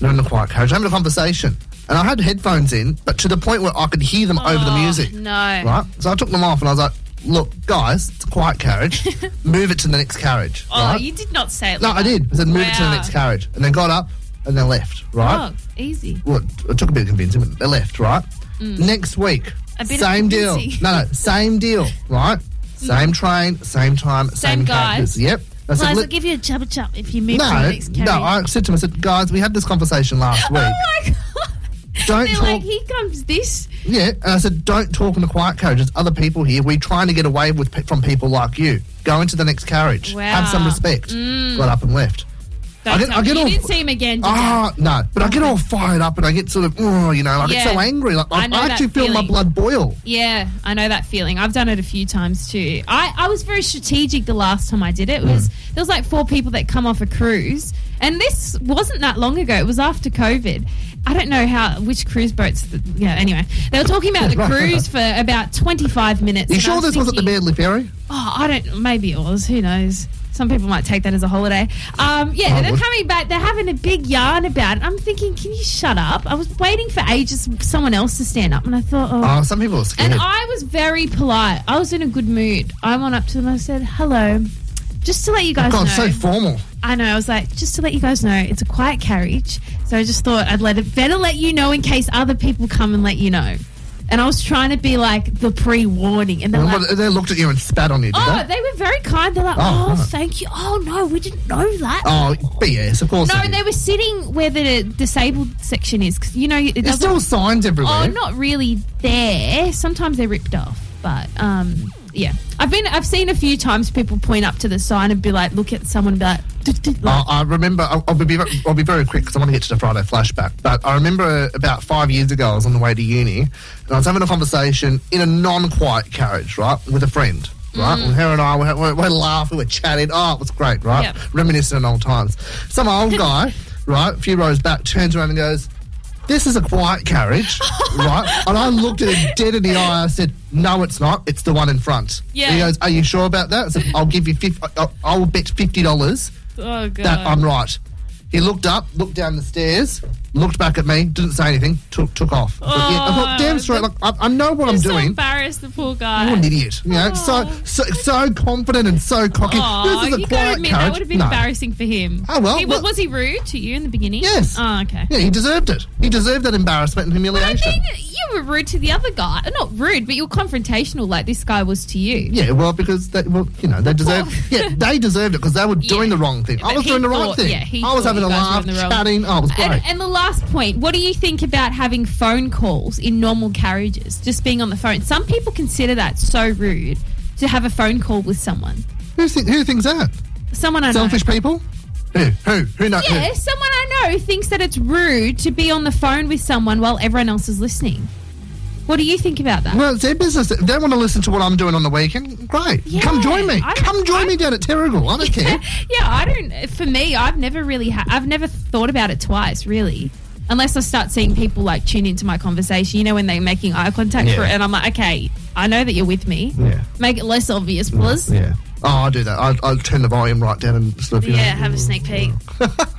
Speaker 12: They're in the quiet carriage, having a conversation, and I had headphones in, but to the point where I could hear them over the music.
Speaker 5: Oh, No.
Speaker 12: Right? So I took them off and I was like, look, guys, it's a quiet carriage. move it to the next carriage.
Speaker 5: Oh,
Speaker 12: right?
Speaker 5: you did not say it.
Speaker 12: no,
Speaker 5: like
Speaker 12: I
Speaker 5: that.
Speaker 12: did. I said, move it to the
Speaker 5: Wow.
Speaker 12: next carriage. And then got up and then left, right?
Speaker 5: Oh, easy.
Speaker 12: Well, it took a bit of convincing, but they left, right?
Speaker 5: Mm.
Speaker 12: Next week,
Speaker 5: A bit of
Speaker 12: same deal.
Speaker 5: convincing.
Speaker 12: No, no, same deal, right? Same train, same time, same,
Speaker 5: Same guy.
Speaker 12: characters. Yep. I
Speaker 5: Liza,
Speaker 12: said,
Speaker 5: I'll
Speaker 12: "Look-
Speaker 5: give you a chubba chub if you move
Speaker 12: no,
Speaker 5: to the next carriage.
Speaker 12: no, I said to him, I said, guys, we had this conversation last week. Don't
Speaker 5: They're
Speaker 12: talk.
Speaker 5: Oh, like, here comes this.
Speaker 12: Yeah, and I said, don't talk in the quiet carriage. There's other people here. We're trying to get away with pe- from people like you. Go into the next carriage.
Speaker 5: Wow.
Speaker 12: Have some respect.
Speaker 5: Mm.
Speaker 12: Got up and left.
Speaker 5: Don't
Speaker 12: I get,
Speaker 5: tell
Speaker 12: I
Speaker 5: me.
Speaker 12: get
Speaker 5: you
Speaker 12: all.
Speaker 5: didn't see him again, did
Speaker 12: Ah, no, but I get all fired up and I get sort of, oh, you know, I get
Speaker 5: Yeah.
Speaker 12: so angry. Like I,
Speaker 5: I know
Speaker 12: I actually
Speaker 5: that
Speaker 12: feel my
Speaker 5: feeling.
Speaker 12: blood boil.
Speaker 5: you? Yeah, I know that feeling. I've done it a few times too. I, I was very strategic the last time I did it. It was
Speaker 12: Hmm.
Speaker 5: there was like four people that come off a cruise, and this wasn't that long ago. It was after COVID. I don't know how which cruise boats. The, yeah, anyway, they were talking about the cruise for about twenty five minutes.
Speaker 12: You
Speaker 5: and I
Speaker 12: sure
Speaker 5: was
Speaker 12: this wasn't the
Speaker 5: thinking-
Speaker 12: Manly Ferry?
Speaker 5: Oh, I don't. Maybe it was. Who knows? Some people might take that as a holiday. Um, yeah,
Speaker 12: I
Speaker 5: they're
Speaker 12: would.
Speaker 5: coming back. They're having a big yarn about it. I'm thinking, can you shut up? I was waiting for ages for someone else to stand up, and I thought, oh.
Speaker 12: Oh, some people are scared.
Speaker 5: and I was very polite. I was in a good mood. I went up to them. I said, hello. Just to let you guys
Speaker 12: Oh, God,
Speaker 5: know.
Speaker 12: so formal.
Speaker 5: I know. I was like, just to let you guys know, it's a quiet carriage. So I just thought I'd let it better let you know in case other people come and let you know. And I was trying to be like the pre warning. And they're
Speaker 12: And
Speaker 5: like,
Speaker 12: what- they looked at you and spat on you, did
Speaker 5: Oh,
Speaker 12: they?
Speaker 5: they were very kind. They're like,
Speaker 12: Oh,
Speaker 5: oh,
Speaker 12: right.
Speaker 5: thank you. Oh, no, we didn't know that.
Speaker 12: Oh, BS, of course.
Speaker 5: no,
Speaker 12: did.
Speaker 5: they were sitting where the disabled section is because, you know, it
Speaker 12: There's
Speaker 5: doesn't.
Speaker 12: still signs everywhere.
Speaker 5: oh, not really there. Sometimes they're ripped off, but um, yeah. I've been, I've seen a few times people point up to the sign and be like, look at someone and be like,
Speaker 12: Uh, I remember. I'll, I'll be. I'll be very quick because I want to get to the Friday flashback. But I remember uh, about five years ago, I was on the way to uni, and I was having a conversation in a non-quiet carriage, right, with a friend. Right, and her and I were, were, were laughing, we were chatting. Oh, it was great, right?
Speaker 5: Yep.
Speaker 12: Reminiscing on old times. Some old guy, right, a few rows back, turns around and goes, "This is a quiet carriage, right?" And I looked at him dead in the eye. I said, "No, it's not. It's the one in front."
Speaker 5: Yeah.
Speaker 12: He goes, "Are you sure about that?" I said, "I'll give you. 50, I, I will bet fifty dollars."
Speaker 5: oh, God.
Speaker 12: that I'm right. He looked up, looked down the stairs, looked back at me, didn't say anything, took took off. I thought, yeah, I thought,
Speaker 5: Oh,
Speaker 12: damn straight, look, I, I know what I'm
Speaker 5: so
Speaker 12: doing.
Speaker 5: embarrassed, the poor guy.
Speaker 12: You're an idiot. You know, so, so so confident and so cocky.
Speaker 5: Oh,
Speaker 12: this is a
Speaker 5: you gotta
Speaker 12: quiet
Speaker 5: admit
Speaker 12: carriage.
Speaker 5: that would have been
Speaker 12: No.
Speaker 5: embarrassing for him.
Speaker 12: Oh, well,
Speaker 5: He- was,
Speaker 12: well-
Speaker 5: was he rude to you in the beginning?
Speaker 12: Yes.
Speaker 5: Oh, okay.
Speaker 12: Yeah, he deserved it. He deserved that embarrassment and humiliation.
Speaker 5: You were rude to the other guy. Not rude, but you were confrontational like this guy was to you.
Speaker 12: Yeah, well, because they, well, you know, they deserved. yeah, they deserved it because they were doing the wrong thing. I
Speaker 5: But
Speaker 12: was
Speaker 5: he
Speaker 12: doing the right
Speaker 5: thought-
Speaker 12: thing.
Speaker 5: yeah, he
Speaker 12: I was
Speaker 5: thought you
Speaker 12: having a
Speaker 5: guys were
Speaker 12: laugh,
Speaker 5: in the wrong-
Speaker 12: chatting. Oh, it was great.
Speaker 5: And, and the last point, what do you think about having phone calls in normal carriages? Just being on the phone. Some people consider that so rude to have a phone call with someone.
Speaker 12: who, thi- who thinks that?
Speaker 5: Someone I know.
Speaker 12: Selfish people. Who? Who? Who? Not
Speaker 5: Yeah,
Speaker 12: who?
Speaker 5: someone I know thinks that it's rude to be on the phone with someone while everyone else is listening. What do you think about that?
Speaker 12: Well, it's their business. If they want to listen to what I'm doing on the weekend, great. Come join me. Come join me down at Terrigal. I don't care.
Speaker 5: yeah, I don't. For me, I've never really, ha- I've never thought about it twice, really. Unless I start seeing people like tune into my conversation, you know, when they're making eye contact, for
Speaker 12: Yeah.
Speaker 5: it, and I'm like, okay, I know that you're with me.
Speaker 12: Yeah.
Speaker 5: Make it less obvious, please.
Speaker 12: Yeah. Oh, I do that. I, I turn the volume right down and stuff. You
Speaker 5: Yeah,
Speaker 12: know.
Speaker 5: have a sneak peek.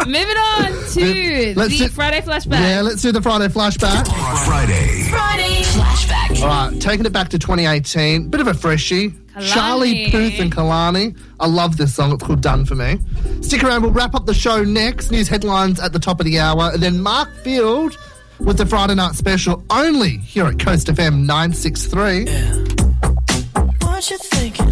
Speaker 5: Moving on to
Speaker 12: Let's
Speaker 5: the
Speaker 12: do-
Speaker 5: Friday flashback.
Speaker 12: Yeah, let's do the Friday flashback. Friday.
Speaker 5: Friday flashback.
Speaker 12: All right, taking it back to 2018. Bit of a freshie. Charlie Puth and Kalani. I love this song. It's called Done For Me. Stick around. We'll wrap up the show next. News headlines at the top of the hour. And then Mark Field with the Friday night special only here at Coast FM 963.
Speaker 13: What you thinking?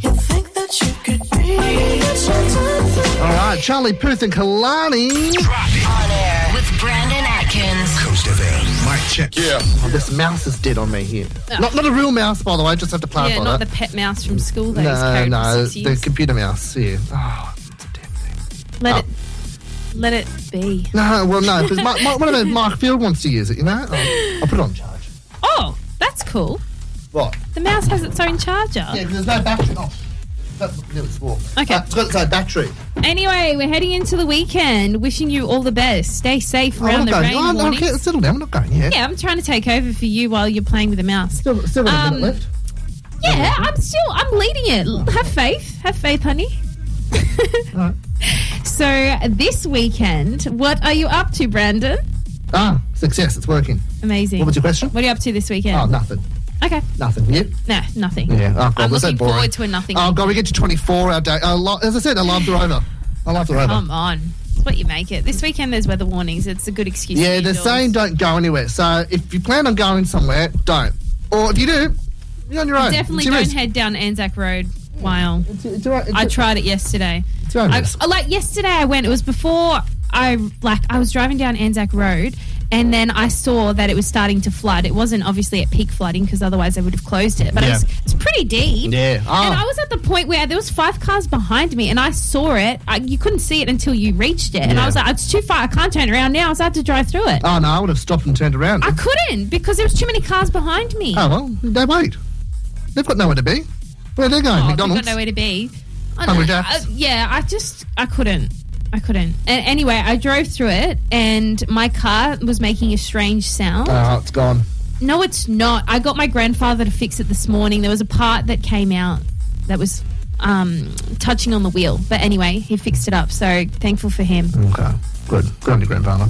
Speaker 13: You think that you could be?
Speaker 12: All right, Charlie Puth and Kalani.
Speaker 1: On air with Brandon Atkins.
Speaker 12: Coast FM. Mic check. Yeah. Oh, this mouse is dead on me here.
Speaker 5: Oh.
Speaker 12: Not, not a real mouse, by the way. I just have to clarify
Speaker 5: Yeah, not
Speaker 12: that.
Speaker 5: the pet mouse from school that is
Speaker 12: no,
Speaker 5: carried for
Speaker 12: no,
Speaker 5: six
Speaker 12: the
Speaker 5: years.
Speaker 12: computer mouse. Yeah. Oh,
Speaker 5: Let
Speaker 12: oh.
Speaker 5: it, let it be.
Speaker 12: No, well, no, because Mark, Mark, what about Mark Field wants to use it, you know? I'll, I'll put it on charge.
Speaker 5: Oh, that's cool.
Speaker 12: What?
Speaker 5: The mouse has its own charger.
Speaker 12: Yeah, there's no battery. Oh, that nearly swore. Okay. it's got its own battery.
Speaker 5: Anyway, we're heading into the weekend. Wishing you all the best. Stay safe
Speaker 12: Oh, I'm
Speaker 5: around
Speaker 12: not
Speaker 5: the
Speaker 12: going.
Speaker 5: rain.
Speaker 12: No, I'm, I'm,
Speaker 5: warnings.
Speaker 12: okay, settle down. I'm not going yet.
Speaker 5: Yeah, I'm trying to take over for you while you're playing with the mouse. Still,
Speaker 12: still got a
Speaker 5: Um,
Speaker 12: minute left.
Speaker 5: Yeah, I'm still I'm leading it. L- Have faith. Have faith, honey. so this weekend, what are you up to, Brandon?
Speaker 12: Ah, success. It's working.
Speaker 5: Amazing.
Speaker 12: What was your question?
Speaker 5: What are you up to this weekend?
Speaker 12: Oh, nothing.
Speaker 5: Okay.
Speaker 12: Nothing. Yeah.
Speaker 5: No, nothing.
Speaker 12: Yeah. Oh, God,
Speaker 5: I'm
Speaker 12: was that
Speaker 5: looking
Speaker 12: boring.
Speaker 5: forward to a nothing.
Speaker 12: Oh god, we get to 24 hour day. Uh, lo- as I said, our lives are over. Our lives are over.
Speaker 5: Come on. It's what you make it. This weekend there's weather warnings. It's a good excuse.
Speaker 12: yeah,
Speaker 5: to be
Speaker 12: they're
Speaker 5: indoors.
Speaker 12: saying don't go anywhere. So if you plan on going somewhere, don't. Or if you do, you're on your own.
Speaker 5: Definitely
Speaker 12: It's your
Speaker 5: don't
Speaker 12: risk.
Speaker 5: head down Anzac Road. Wow. I tried it yesterday.
Speaker 12: It's your own
Speaker 5: I-
Speaker 12: risk.
Speaker 5: I- like yesterday, I went. It was before I like I was driving down Anzac Road, and then I saw that it was starting to flood. It wasn't obviously at peak flooding because otherwise they would have closed it. But
Speaker 12: Yeah.
Speaker 5: it's it's pretty deep.
Speaker 12: Yeah. Oh.
Speaker 5: And I was at the point where there was five cars behind me, and I saw it. I, you couldn't see it until you reached it, and I
Speaker 12: Yeah.
Speaker 5: was like, "It's too far. I can't turn around now." So I had to drive through it.
Speaker 12: Oh no, I would have stopped and turned around.
Speaker 5: I couldn't because there was too many cars behind me.
Speaker 12: oh well, they wait. They've got nowhere to be. Where are they going?
Speaker 5: Oh, they've
Speaker 12: McDonald's.
Speaker 5: got nowhere to be. I
Speaker 12: Hungry
Speaker 5: know.
Speaker 12: Jack's.
Speaker 5: Uh, yeah, I just I couldn't. I couldn't. And anyway, I drove through it, and my car was making a strange sound.
Speaker 12: Oh, it's gone.
Speaker 5: no, it's not. I got my grandfather to fix it this morning. There was a part that came out that was um, touching on the wheel, but anyway, he fixed it up. So thankful for him.
Speaker 12: Okay. Good. Good on your grandfather.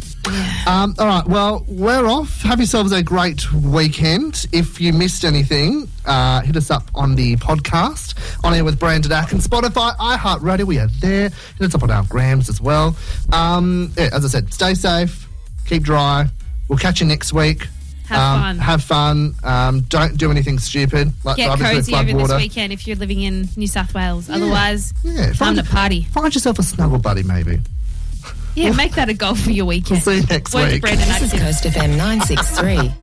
Speaker 12: Um, all right. Well, we're off. Have yourselves a great weekend. If you missed anything, uh, hit us up on the podcast on air with Brandon Ack and Spotify, iHeartRadio. We are there. Hit us up on our grams as well. Um, yeah, as I said, stay safe, keep dry. We'll catch you next week.
Speaker 5: Have
Speaker 12: Um,
Speaker 5: fun.
Speaker 12: Have fun. Um, don't do anything stupid like
Speaker 5: Get
Speaker 12: driving through
Speaker 5: cozy
Speaker 12: flood
Speaker 5: over
Speaker 12: water.
Speaker 5: this weekend if you're living in New South Wales. Otherwise,
Speaker 12: Yeah,
Speaker 5: time
Speaker 12: find,
Speaker 5: to party.
Speaker 12: find yourself a snuggle buddy, maybe.
Speaker 5: Yeah, make that a goal for your weekend.
Speaker 12: We'll see you next
Speaker 5: Where's
Speaker 12: week.
Speaker 5: Brandon Atkins?
Speaker 18: Coast FM 963.